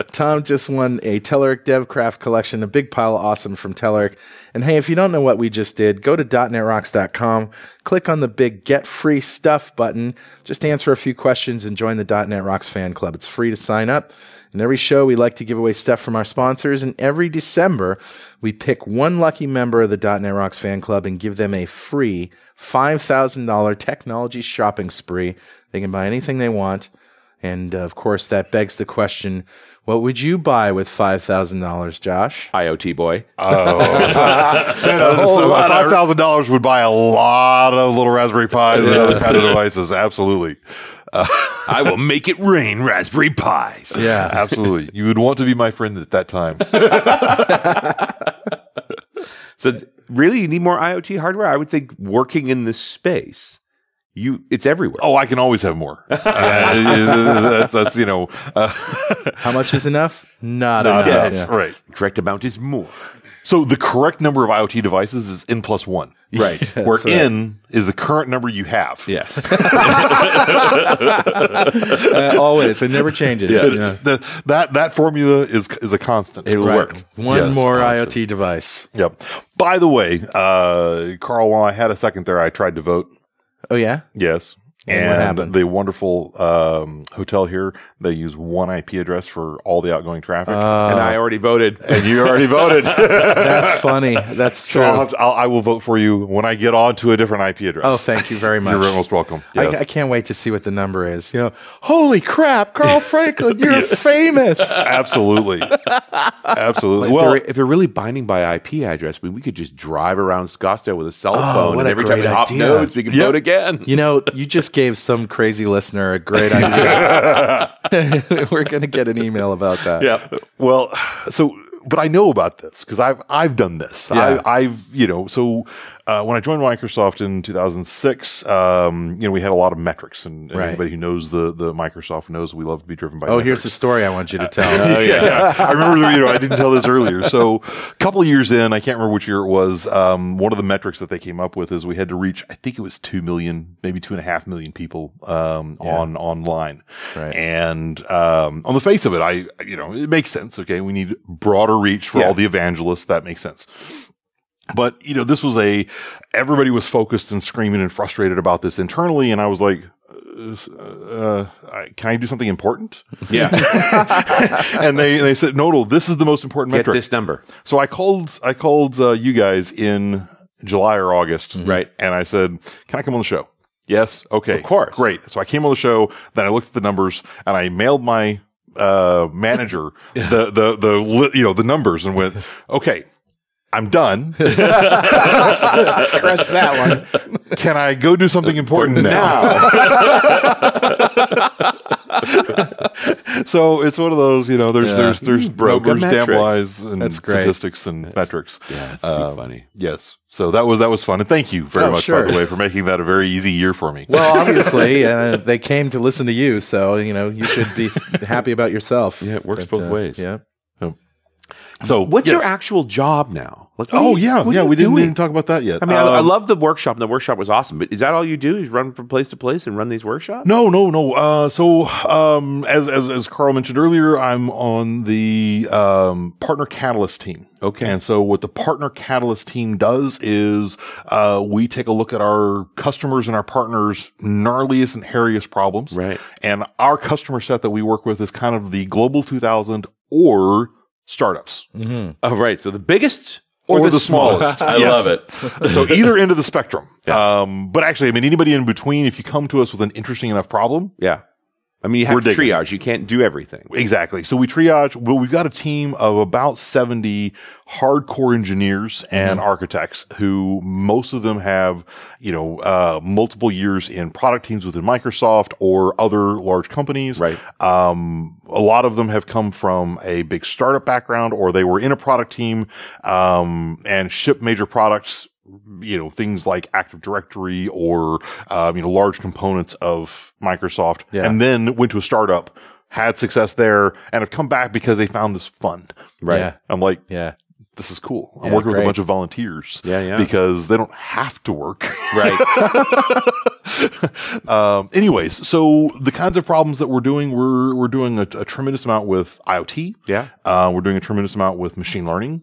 Speaker 1: Tom just won a Telerik DevCraft collection, a big pile of awesome from Telerik. And hey, if you don't know what we just did, go to .NETRocks.com, click on the big Get Free Stuff button, just answer a few questions, and join the .NET Rocks fan club. It's free to sign up. In every show, we like to give away stuff from our sponsors, and every December, we pick one lucky member of the .NET Rocks fan club and give them a free $5,000 technology shopping spree. They can buy anything they want. And uh, of course, that begs the question what would you buy with $5,000, Josh?
Speaker 3: IoT boy.
Speaker 4: Uh, Five thousand dollars would buy a lot of little Raspberry Pis and other kind of devices. Absolutely.
Speaker 3: I will make it rain raspberry pies.
Speaker 1: Yeah.
Speaker 4: Absolutely. You would want to be my friend at that time.
Speaker 3: So th- really, you need more IoT hardware. I would think working in this space, you it's everywhere.
Speaker 4: oh, I can always have more. Uh, that's, that's, you know, uh,
Speaker 1: How much is enough? Not
Speaker 4: uh,
Speaker 1: enough.
Speaker 4: that's
Speaker 1: Yeah.
Speaker 4: right.
Speaker 3: Correct amount is more.
Speaker 4: So the correct number of IoT devices is N plus one.
Speaker 3: Right.
Speaker 4: Where N is the current number you have.
Speaker 3: yes.
Speaker 1: Uh, always. It never changes.
Speaker 4: That- that- that that formula is is a constant. It
Speaker 3: will
Speaker 1: Right.
Speaker 3: work.
Speaker 1: One
Speaker 4: Yes,
Speaker 1: more
Speaker 4: awesome.
Speaker 1: IoT device.
Speaker 4: Yep. By the way, uh, Carl, while I had a second there, I tried to vote
Speaker 1: Oh, yeah?
Speaker 4: yes.
Speaker 1: And what happened?
Speaker 4: the wonderful um, hotel here, they use one IP address for all the outgoing traffic.
Speaker 1: Uh.
Speaker 3: and I already voted.
Speaker 4: and you already voted.
Speaker 1: That's funny. That's
Speaker 4: So
Speaker 1: true.
Speaker 4: I'll have to, I'll, I will vote for you when I get on to a different IP address.
Speaker 1: Oh, thank you very much.
Speaker 4: You're most welcome.
Speaker 1: I, I can't wait to see what the number is. You know, holy crap, Carl Franklin, you're famous.
Speaker 4: Absolutely. Absolutely.
Speaker 3: If,
Speaker 4: well,
Speaker 3: they're, if they're really binding by IP address, I mean, we could just drive around Scottsdale with a cell
Speaker 4: Oh,
Speaker 3: phone,
Speaker 1: what
Speaker 3: and
Speaker 1: a
Speaker 3: every time
Speaker 1: great
Speaker 3: we hop
Speaker 1: idea.
Speaker 3: nodes, we can
Speaker 4: Yep.
Speaker 3: vote again.
Speaker 1: You know, you just gave some crazy listener a great idea. We're going to get an email about that.
Speaker 3: Yeah.
Speaker 4: well, so but I know about this because I've I've done this.
Speaker 1: Yeah.
Speaker 4: I, I've you know so uh, when I joined Microsoft in 2006, um, you know we had a lot of metrics, and, and
Speaker 1: Right.
Speaker 4: anybody who knows the the Microsoft knows we love to be driven by.
Speaker 1: Oh,
Speaker 4: metrics.
Speaker 1: here's the story I want you to tell.
Speaker 4: yeah. I remember, you know, I didn't tell this earlier. So a couple of years in, I can't remember which year it was. Um, one of the metrics that they came up with is we had to reach, I think it was 2 million, maybe two and a half million people, um, on online.
Speaker 1: Right.
Speaker 4: And, um, on the face of it, I, you know, it makes sense. Okay. We need broader reach for
Speaker 3: Yeah.
Speaker 4: all the evangelists. That makes sense but you know this was a everybody was focused and screaming and frustrated about this internally and i was like uh, uh, can i do something important
Speaker 3: Yeah.
Speaker 4: and they they said nodal this is the most important
Speaker 3: Get
Speaker 4: metric
Speaker 3: this number.
Speaker 4: so i called i called uh, you guys in july or august
Speaker 3: Right.
Speaker 4: and i said can i come on the show yes okay
Speaker 3: Mm-hmm. Of course.
Speaker 4: great so i came on the show then i looked at the numbers and i mailed my uh manager the the the li- you know the numbers and went okay i'm done
Speaker 1: Press that one.
Speaker 4: Can I go do something important now? so it's one of those, you know, there's there's there's
Speaker 3: Broke a
Speaker 4: brokers, damn
Speaker 3: metric.
Speaker 4: lies, and
Speaker 1: That's great.
Speaker 4: statistics and metrics.
Speaker 3: That's too funny.
Speaker 4: Yes. So that was that was fun, and thank you very
Speaker 1: Oh,
Speaker 4: much,
Speaker 1: sure.
Speaker 4: by the way, for making that a very easy year for me.
Speaker 1: Well, obviously, uh, they came to listen to you, so you know you should be happy about yourself.
Speaker 3: Yeah, it works
Speaker 1: But, uh,
Speaker 3: both ways.
Speaker 1: Yeah.
Speaker 4: so
Speaker 3: What's your
Speaker 4: yes.
Speaker 3: actual job now? Like, what
Speaker 4: Oh
Speaker 3: are you-
Speaker 4: yeah,
Speaker 3: what are
Speaker 4: yeah.
Speaker 3: you
Speaker 4: We didn't
Speaker 3: doing?
Speaker 4: even talk about that yet.
Speaker 3: I mean, I, I
Speaker 4: Um,
Speaker 3: love the workshop. and The workshop was awesome, but is that all you do? Is run from place to place and run these workshops?
Speaker 4: No, no, no. Uh, so, um, as, as as Carl mentioned earlier, I'm on the um, partner catalyst team.
Speaker 3: Okay.
Speaker 4: And so, what the partner catalyst team does is uh, we take a look at our customers and our partners' gnarliest and hairiest problems.
Speaker 3: Right.
Speaker 4: And our customer set that we work with is kind of the Global 2000 or startups
Speaker 3: Oh, right. So the biggest
Speaker 4: or, the, smallest.
Speaker 3: I
Speaker 4: Yes.
Speaker 3: love it.
Speaker 4: so either end of the spectrum. Um, but actually, I mean, anybody in between, if you come to us with an interesting enough problem,
Speaker 3: Yeah. I mean, you have
Speaker 4: We're
Speaker 3: to
Speaker 4: digging.
Speaker 3: triage. You can't do everything.
Speaker 4: Exactly. So we triage. Well, we've got a team of about 70 hardcore engineers and architects who most of them have, you know, uh, multiple years in product teams within Microsoft or other large companies.
Speaker 3: Right.
Speaker 4: Um, a lot of them have come from a big startup background or they were in a product team, um, and ship major products. You know things like Active Directory or um, you know large components of Microsoft,
Speaker 1: Yeah.
Speaker 4: and then went to a startup, had success there, and have come back because they found this fun.
Speaker 3: Right.
Speaker 1: Yeah.
Speaker 4: I'm like,
Speaker 1: Yeah.
Speaker 4: this is cool. I'm
Speaker 1: Yeah,
Speaker 4: working with
Speaker 1: great.
Speaker 4: a bunch of volunteers.
Speaker 3: Yeah, yeah.
Speaker 4: Because they don't have to work.
Speaker 3: Right.
Speaker 4: um, anyways, so the kinds of problems that we're doing, we're we're doing a, a tremendous amount with IoT.
Speaker 3: yeah.
Speaker 4: Uh, we're doing a tremendous amount with machine learning.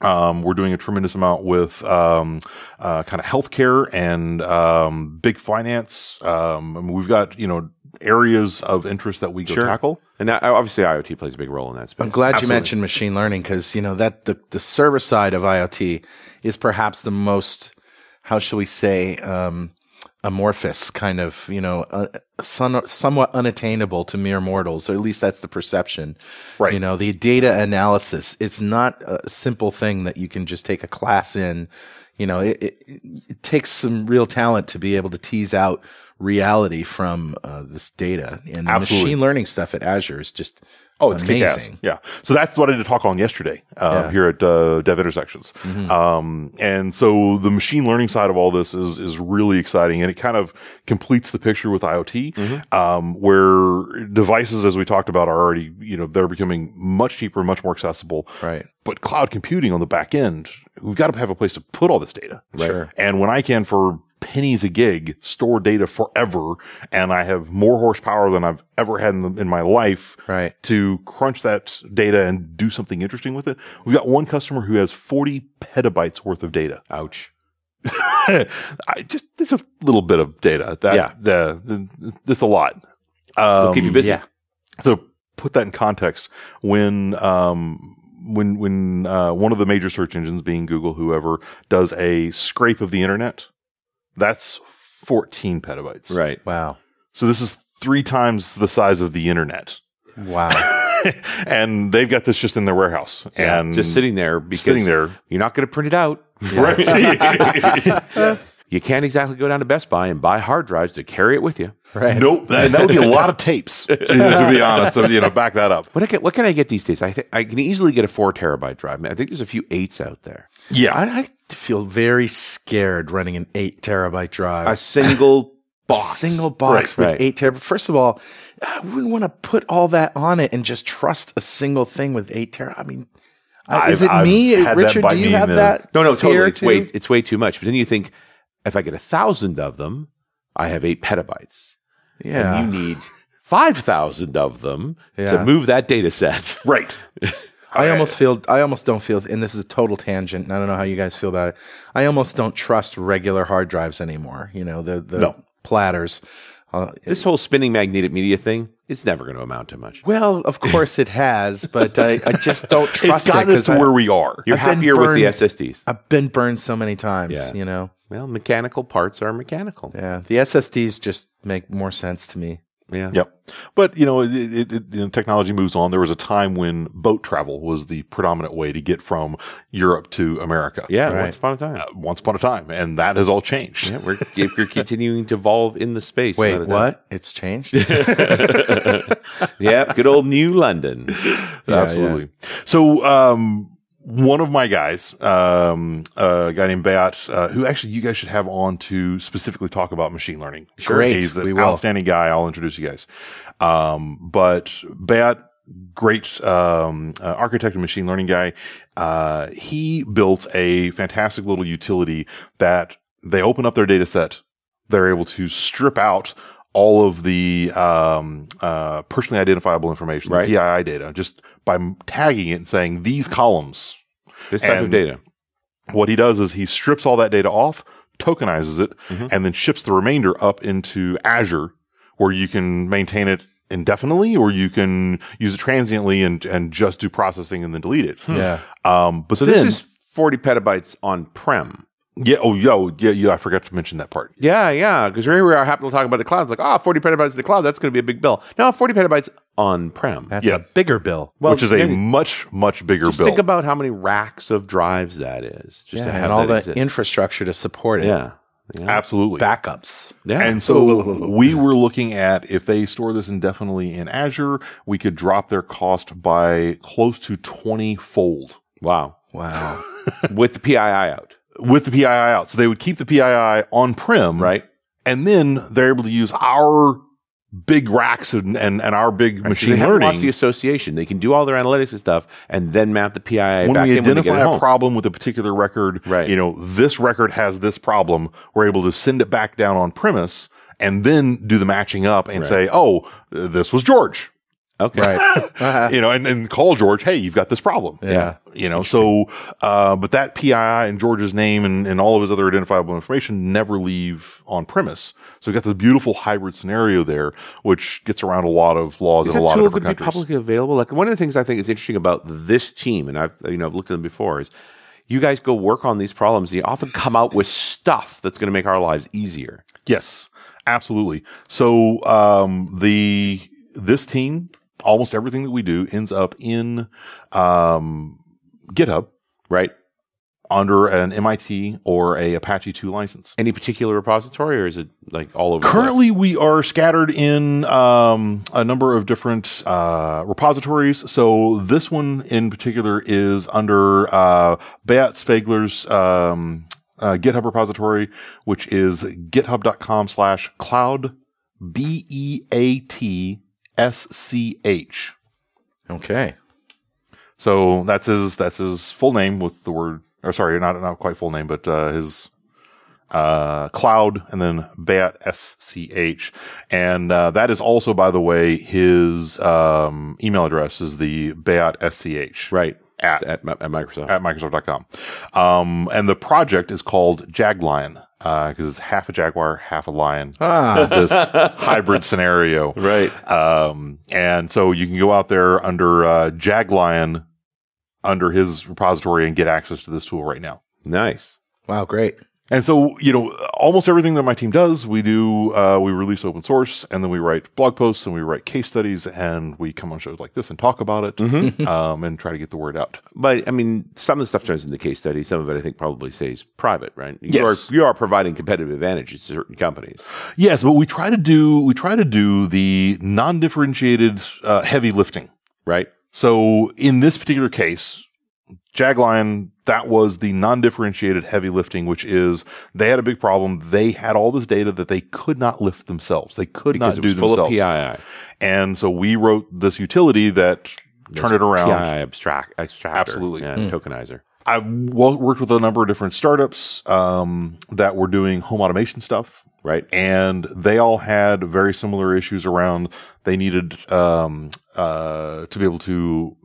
Speaker 4: Um, we're doing a tremendous amount with um, uh, kind of healthcare and um, big finance. Um, I mean, we've got you know areas of interest that we go
Speaker 3: Sure.
Speaker 4: tackle.
Speaker 3: And that, obviously, IoT plays a big role in that space.
Speaker 1: I'm glad
Speaker 4: Absolutely.
Speaker 1: you mentioned machine learning because you know that the, the server side of IoT is perhaps the most how shall we say um, amorphous kind of you know uh, some, somewhat unattainable to mere mortals or at least that's the perception.
Speaker 4: Right.
Speaker 1: You know the data analysis. It's not a simple thing that you can just take a class in. You know it, it, it takes some real talent to be able to tease out reality from uh, this data and the
Speaker 4: Absolutely.
Speaker 1: machine learning stuff at Azure is just
Speaker 4: Oh, it's kick ass.
Speaker 1: Amazing.
Speaker 4: Yeah. So that's what I did a talk on yesterday uh,
Speaker 1: Yeah. Mm-hmm.
Speaker 4: here at uh, Dev Intersections. Um, and so the machine learning side of all this is is really exciting, and it kind of completes the picture with IoT,
Speaker 1: Mm-hmm.
Speaker 4: um, where devices, as we talked about, are already you know they're becoming much cheaper, much more accessible.
Speaker 1: Right.
Speaker 4: But cloud computing on the back end, we've got to have a place to put all this data.
Speaker 1: Sure.
Speaker 4: And when I can for pennies a gig store data forever, and I have more horsepower than I've ever had in, in my life
Speaker 1: Right.
Speaker 4: to crunch that data and do something interesting with it. We've got one customer who has 40 petabytes worth of data.
Speaker 3: Ouch.
Speaker 4: I just there's a little bit of data that
Speaker 3: Yeah.
Speaker 4: the, there's a lot.
Speaker 3: It'll
Speaker 4: Um,
Speaker 3: keep you busy.
Speaker 1: yeah.
Speaker 4: so put that in context when um when when uh, one of the major search engines being google whoever does a scrape of the internet that's 14 petabytes
Speaker 3: Right.
Speaker 1: Wow.
Speaker 4: so this is three times the size of the internet
Speaker 1: Wow.
Speaker 4: and they've got this just in their warehouse and
Speaker 3: Just sitting there because
Speaker 4: sitting there
Speaker 3: you're not going to print it out.
Speaker 4: right
Speaker 3: You can't exactly go down to Best Buy and buy hard drives to carry it with you.
Speaker 1: right.
Speaker 4: nope that, that would be a lot of tapes to, to be honest you know back that up
Speaker 3: What I can, what can I get these days? I think I can easily get a four terabyte drive. I think there's a few eights out there.
Speaker 4: yeah
Speaker 1: I, I feel very scared running an eight terabyte drive.
Speaker 3: A single box,
Speaker 1: A single box
Speaker 3: Right,
Speaker 1: with
Speaker 3: right.
Speaker 1: eight terabytes. First of all, I wouldn't want to put all that on it and just trust a single thing with eight terabytes. I mean, uh, is it
Speaker 4: I've- I've
Speaker 1: me,
Speaker 4: had that
Speaker 1: Richard?
Speaker 4: bite
Speaker 1: Do you
Speaker 4: me in
Speaker 1: have
Speaker 4: the-
Speaker 1: that?
Speaker 3: No, no,
Speaker 1: fear
Speaker 3: totally. It's
Speaker 1: too?
Speaker 3: way it's way too much. But then you think if I get a thousand of them, I have eight petabytes.
Speaker 1: Yeah.
Speaker 3: And you need five thousand of them to
Speaker 1: Yeah.
Speaker 3: move that data set.
Speaker 4: right
Speaker 1: I almost feel I almost don't feel and this is a total tangent. and I don't know how you guys feel about it. I almost don't trust regular hard drives anymore, you know, the the
Speaker 4: No.
Speaker 1: platters. Uh,
Speaker 3: This whole spinning magnetic media thing, it's never going to amount to much.
Speaker 1: well, of course it has, but I, I just don't
Speaker 4: it's
Speaker 1: trust it
Speaker 4: gotten us
Speaker 1: because
Speaker 4: to where we are
Speaker 3: You're
Speaker 1: I've been
Speaker 3: happier with the
Speaker 1: burned.
Speaker 3: SSDs.
Speaker 1: I've been burned so many times,
Speaker 3: Yeah.
Speaker 1: you know.
Speaker 3: Well, mechanical parts are mechanical.
Speaker 1: Yeah, the SSDs just make more sense to me.
Speaker 3: Yeah.
Speaker 4: Yep. But you know, it, it, it, you know, technology moves on. There was a time when boat travel was the predominant way to get from Europe to America.
Speaker 3: Yeah,
Speaker 1: Right.
Speaker 3: once upon a time.
Speaker 4: Once upon a time, and that has all changed.
Speaker 3: Yeah, we're, we're continuing to evolve in the space.
Speaker 1: Wait,
Speaker 3: without a doubt.
Speaker 1: what? It's changed?
Speaker 3: yep, good old New London.
Speaker 4: Absolutely. So, um, one of my guys, um, a guy named Bayat, uh, who actually you guys should have on to specifically talk about machine learning.
Speaker 1: Great.
Speaker 4: He's an
Speaker 1: We will.
Speaker 4: outstanding guy. I'll introduce you guys. Um, but Bayat, great um, uh, architect and machine learning guy, uh, he built a fantastic little utility that they open up their data set. They're able to strip out all of the um, uh, personally identifiable information,
Speaker 3: Right.
Speaker 4: the PII data, just by m- tagging it and saying these columns
Speaker 3: This type of
Speaker 4: And-
Speaker 3: data.
Speaker 4: what he does is he strips all that data off, tokenizes it,
Speaker 3: Mm-hmm.
Speaker 4: and then ships the remainder up into Azure, where you can maintain it indefinitely, or you can use it transiently and and just do processing and then delete it.
Speaker 1: yeah.
Speaker 4: Um, but
Speaker 3: Hmm. So
Speaker 4: then,
Speaker 3: this is 40 petabytes on prem.
Speaker 4: yeah, oh yeah, oh, yeah, yeah, I forgot to mention that part.
Speaker 3: Yeah, yeah. Because remember, I happened to talk about the cloud. It's like, ah, 40 petabytes in the cloud. That's going to be a big bill. No, 40 petabytes on prem.
Speaker 1: That's
Speaker 4: Yes.
Speaker 1: a bigger bill.
Speaker 3: Well,
Speaker 4: which is a
Speaker 3: maybe-
Speaker 4: much much bigger
Speaker 3: Just
Speaker 4: bill.
Speaker 3: think about how many racks of drives that is. Just to
Speaker 1: Yeah,
Speaker 3: have
Speaker 1: and all
Speaker 3: that
Speaker 1: the
Speaker 3: exist.
Speaker 1: infrastructure to support it.
Speaker 3: yeah, yeah,
Speaker 4: Absolutely.
Speaker 1: Backups.
Speaker 3: yeah.
Speaker 4: And so we were looking at if they store this indefinitely in Azure, we could drop their cost by close to 20 fold
Speaker 3: wow,
Speaker 1: Wow.
Speaker 3: with the PII out,
Speaker 4: with the PII out. So they would keep the PII on prem.
Speaker 3: right?
Speaker 4: And then they're able to use our big racks and, and, and our big
Speaker 3: they
Speaker 4: machine
Speaker 3: haven't lost the
Speaker 4: learning.
Speaker 3: association. They can do all their analytics and stuff, and then map the PII
Speaker 4: When
Speaker 3: back
Speaker 4: we
Speaker 3: in when they get
Speaker 4: identify
Speaker 3: it
Speaker 4: a
Speaker 3: home.
Speaker 4: problem with a particular record,
Speaker 3: Right.
Speaker 4: you know, this record has this problem, we're able to send it back down on premise and then do the matching up and say, oh, this was George.
Speaker 3: okay,
Speaker 1: Uh-huh.
Speaker 4: you know, and, and call George, hey, you've got this problem.
Speaker 1: Yeah.
Speaker 4: You know, so, uh, but that PII and George's name and, and all of his other identifiable information never leave on premise. So we've got this beautiful hybrid scenario there, which gets around a lot of laws
Speaker 3: Is
Speaker 4: in
Speaker 3: that
Speaker 4: a lot
Speaker 3: tool
Speaker 4: of
Speaker 3: going
Speaker 4: different
Speaker 3: to be
Speaker 4: countries.
Speaker 3: publicly available? Like one of the things I think is interesting about this team, and I've you know I've looked at them before, is you guys go work on these problems. And you often come out with stuff that's going to make our lives easier.
Speaker 4: Yes, absolutely. So um, the this team, almost everything that we do ends up in um, GitHub
Speaker 3: Right?
Speaker 4: under an MIT or a Apache 2 license.
Speaker 3: Any particular repository, or is it like all over? the place?
Speaker 4: Currently, we are scattered in um, a number of different uh, repositories. So this one in particular is under uh, Bayat Spegler's um, uh, GitHub repository, which is github.com slash cloud B E A T S C H.
Speaker 1: Okay.
Speaker 4: So that's his that's his full name with the word or sorry, not not quite full name, but uh, his uh, cloud and then Bayat S C H, and uh, that is also by the way his um, email address is the Bayat S C H.
Speaker 3: right?
Speaker 4: at
Speaker 3: at, at Microsoft.
Speaker 4: at Microsoft.com. Um, and the project is called Jaglion because it's half a jaguar, half a lion.
Speaker 1: Ah,
Speaker 4: This hybrid scenario,
Speaker 3: right.
Speaker 4: um, and so you can go out there under uh, Jaglion under his repository and get access to this tool right now.
Speaker 3: Nice.
Speaker 1: wow, great.
Speaker 4: And so, you know, almost everything that my team does, we do, uh, we release open source and then we write blog posts and we write case studies and we come on shows like this and talk about it, um, and try to get the word out.
Speaker 3: But I mean, some of the stuff turns into case study. Some of it, I think, probably stays private, right? You
Speaker 4: Yes.
Speaker 3: are you are providing competitive advantage to certain companies.
Speaker 4: Yes, but we try to do, we try to do the non-differentiated, uh, heavy lifting.
Speaker 3: Right.
Speaker 4: So in this particular case, Jaglion, that was the non differentiated heavy lifting, which is they had a big problem. They had all this data that they could not lift themselves. They could
Speaker 3: Because
Speaker 4: not
Speaker 3: it
Speaker 4: do
Speaker 3: was full
Speaker 4: themselves.
Speaker 3: of PII.
Speaker 4: And so we wrote this utility that turned it around.
Speaker 3: PII abstract, abstractor.
Speaker 4: Absolutely. Mm.
Speaker 3: Yeah, Tokenizer.
Speaker 4: I wo- worked with a number of different startups um, that were doing home automation stuff.
Speaker 3: Right.
Speaker 4: And they all had very similar issues around they needed um, uh, to be able to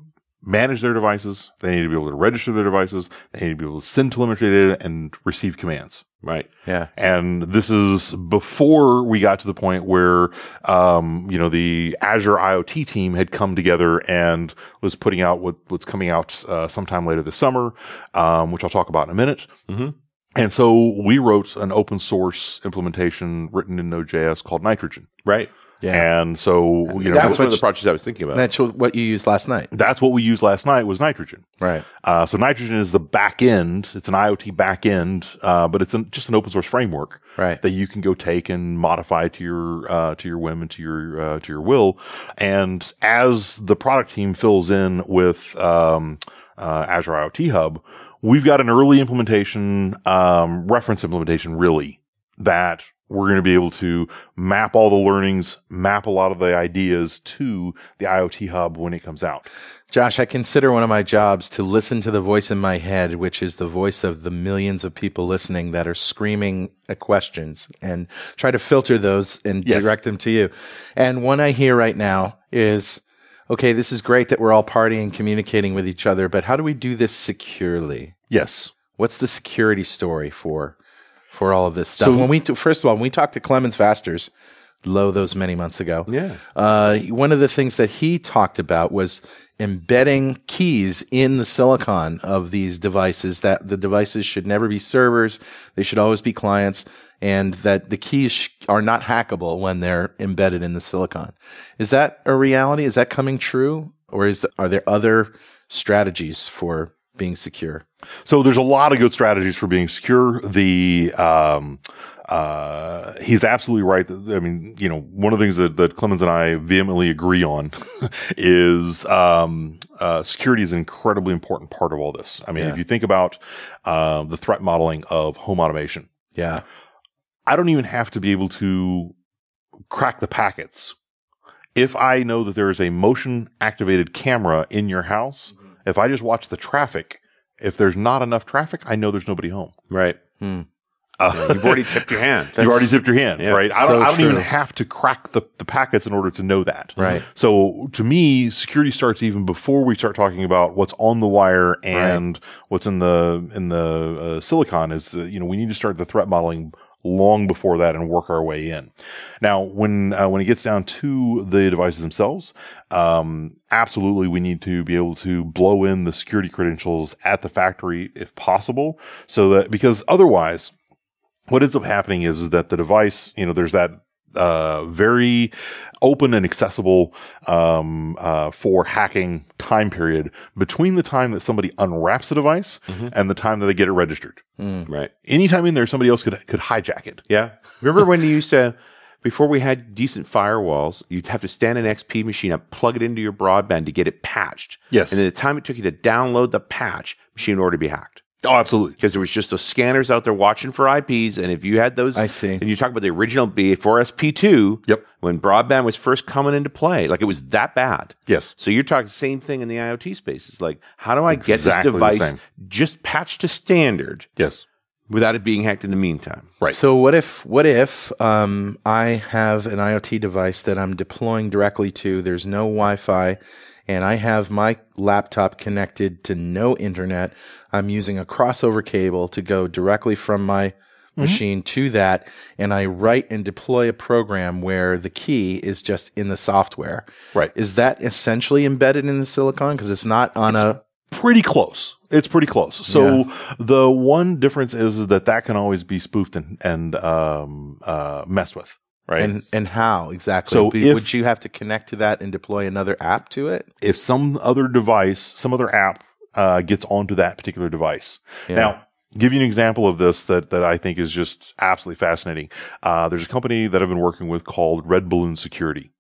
Speaker 4: manage their devices, they needed to be able to register their devices, they needed to be able to send telemetry data and receive commands.
Speaker 3: Right.
Speaker 1: Yeah.
Speaker 4: And this is before we got to the point where, um, you know, the Azure IoT team had come together and was putting out what, what's coming out uh, sometime later this summer, um, which I'll talk about in a minute.
Speaker 3: Mhm.
Speaker 4: And so we wrote an open source implementation written in Node.js called Nitrogen.
Speaker 3: Right.
Speaker 1: Yeah.
Speaker 4: And so, you know,
Speaker 3: That was
Speaker 4: that's,
Speaker 3: one of the projects I was thinking about.
Speaker 1: That's what you used last night.
Speaker 4: what we used last night was Nitrogen.
Speaker 1: Right.
Speaker 4: Uh, so Nitrogen is the back end. It's an IoT back end, uh, but it's an, just an open source framework
Speaker 1: Right.
Speaker 4: that you can go take and modify to your uh, to your whim and to your uh, to your will. And as the product team fills in with um, uh, Azure IoT Hub, we've got an early implementation um, reference implementation really that we're going to be able to map all the learnings, map a lot of the ideas to the IoT Hub when it comes out.
Speaker 1: Josh, I consider one of my jobs to listen to the voice in my head, which is the voice of the millions of people listening that are screaming uh, questions and try to filter those and
Speaker 4: Yes.
Speaker 1: direct them to you. And one I hear right now is, okay, this is great that we're all partying, communicating with each other, but how do we do this securely?
Speaker 4: Yes.
Speaker 1: What's the security story for for all of this stuff?
Speaker 4: So-
Speaker 1: when we t- first of all, when we talked to Clemens Fasters, low those many months ago.
Speaker 3: Yeah.
Speaker 1: Uh, one of the things that he talked about was embedding keys in the silicon of these devices. That the devices should never be servers; they should always be clients, and that the keys sh- are not hackable when they're embedded in the silicon. Is that a reality? Is that coming true, or is are there other strategies for being secure?
Speaker 4: So there's a lot of good strategies for being secure. The um, uh, he's absolutely right. that- I mean, you know, one of the things that, that Clemens and I vehemently agree on is um, uh, security is an incredibly important part of all this. I mean, if you think about uh, the threat modeling of home automation,
Speaker 1: Yeah,
Speaker 4: I don't even have to be able to crack the packets. If I know that there is a motion activated camera in your house, if I just watch the traffic, if there's not enough traffic, I know there's nobody home.
Speaker 3: Right.
Speaker 4: Uh,
Speaker 3: You've already tipped your hand.
Speaker 4: you've already tipped your hand,
Speaker 3: yeah,
Speaker 4: right? I don't,
Speaker 1: so
Speaker 4: I don't even
Speaker 1: true.
Speaker 4: have to crack the, the packets in order to know that.
Speaker 1: Right.
Speaker 4: So to me, security starts even before we start talking about what's on the wire and what's in the in the uh, silicon. Is the, you know we need to start the threat modeling long before that and work our way in. Now, when uh, when it gets down to the devices themselves, um, absolutely we need to be able to blow in the security credentials at the factory if possible, so that because otherwise what ends up happening is, is that the device, you know, there's that uh, very open and accessible um, uh, for hacking time period between the time that somebody unwraps the device and the time that they get it registered.
Speaker 3: Right.
Speaker 4: Anytime in there, somebody else could could hijack it.
Speaker 3: Yeah. Remember when you used to, before we had decent firewalls, you'd have to stand an XP machine up, plug it into your broadband to get it patched.
Speaker 4: Yes.
Speaker 3: And the time it took you to download the patch, machine would already be hacked.
Speaker 4: Oh, absolutely.
Speaker 3: Because there was just those scanners out there watching for IPs, and if you had those,
Speaker 1: I see.
Speaker 3: And you talk about the original B4SP2.
Speaker 4: Yep.
Speaker 3: When broadband was first coming into play, like it was that bad.
Speaker 4: Yes.
Speaker 3: So you're talking same thing in the IoT space. It's like, how do I get
Speaker 4: Exactly the
Speaker 3: this device
Speaker 4: same.
Speaker 3: just patched to standard
Speaker 4: Yes.
Speaker 3: without it being hacked in the meantime?
Speaker 4: Right.
Speaker 1: So what if what if um, I have an IoT device that I'm deploying directly to? There's no Wi-Fi, and I have my laptop connected to no internet. I'm using a crossover cable to go directly from my
Speaker 4: Mm-hmm.
Speaker 1: machine to that, and I write and deploy a program where the key is just in the software.
Speaker 4: Right.
Speaker 1: Is that essentially embedded in the silicon? Because it's not on a
Speaker 4: pretty close. It's pretty close. So the one difference is, is that that can always be spoofed and and um, uh, messed with, right?
Speaker 1: and and how exactly?
Speaker 4: So
Speaker 1: Be-
Speaker 4: if-
Speaker 1: would you have to connect to that and deploy another app to it?
Speaker 4: if some other device, some other app uh, gets onto that particular device.
Speaker 1: Yeah.
Speaker 4: Now, give you an example of this that that I think is just absolutely fascinating. Uh, there's a company that I've been working with called Red Balloon Security.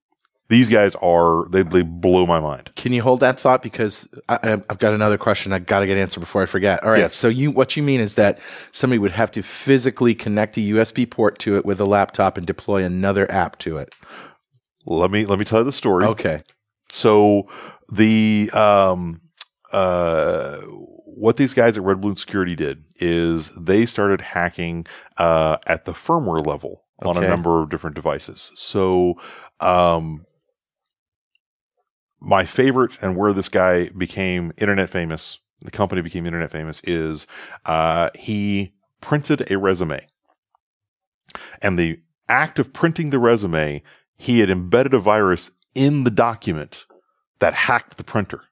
Speaker 4: These guys are they they blow my mind.
Speaker 1: Can you hold that thought because I, I- I've got another question I got to get answered before I forget. All right.
Speaker 4: Yes.
Speaker 1: So you what you mean is that somebody would have to physically connect a USB port to it with a laptop and deploy another app to it.
Speaker 4: Let me let me tell you the story.
Speaker 1: Okay.
Speaker 4: So the um uh what these guys at Red Balloon Security did is they started hacking uh at the firmware level on a
Speaker 1: Okay.
Speaker 4: number of different devices. So um my favorite and where this guy became internet famous, the company became internet famous is uh he printed a resume. And the act of printing the resume, he had embedded a virus in the document that hacked the printer.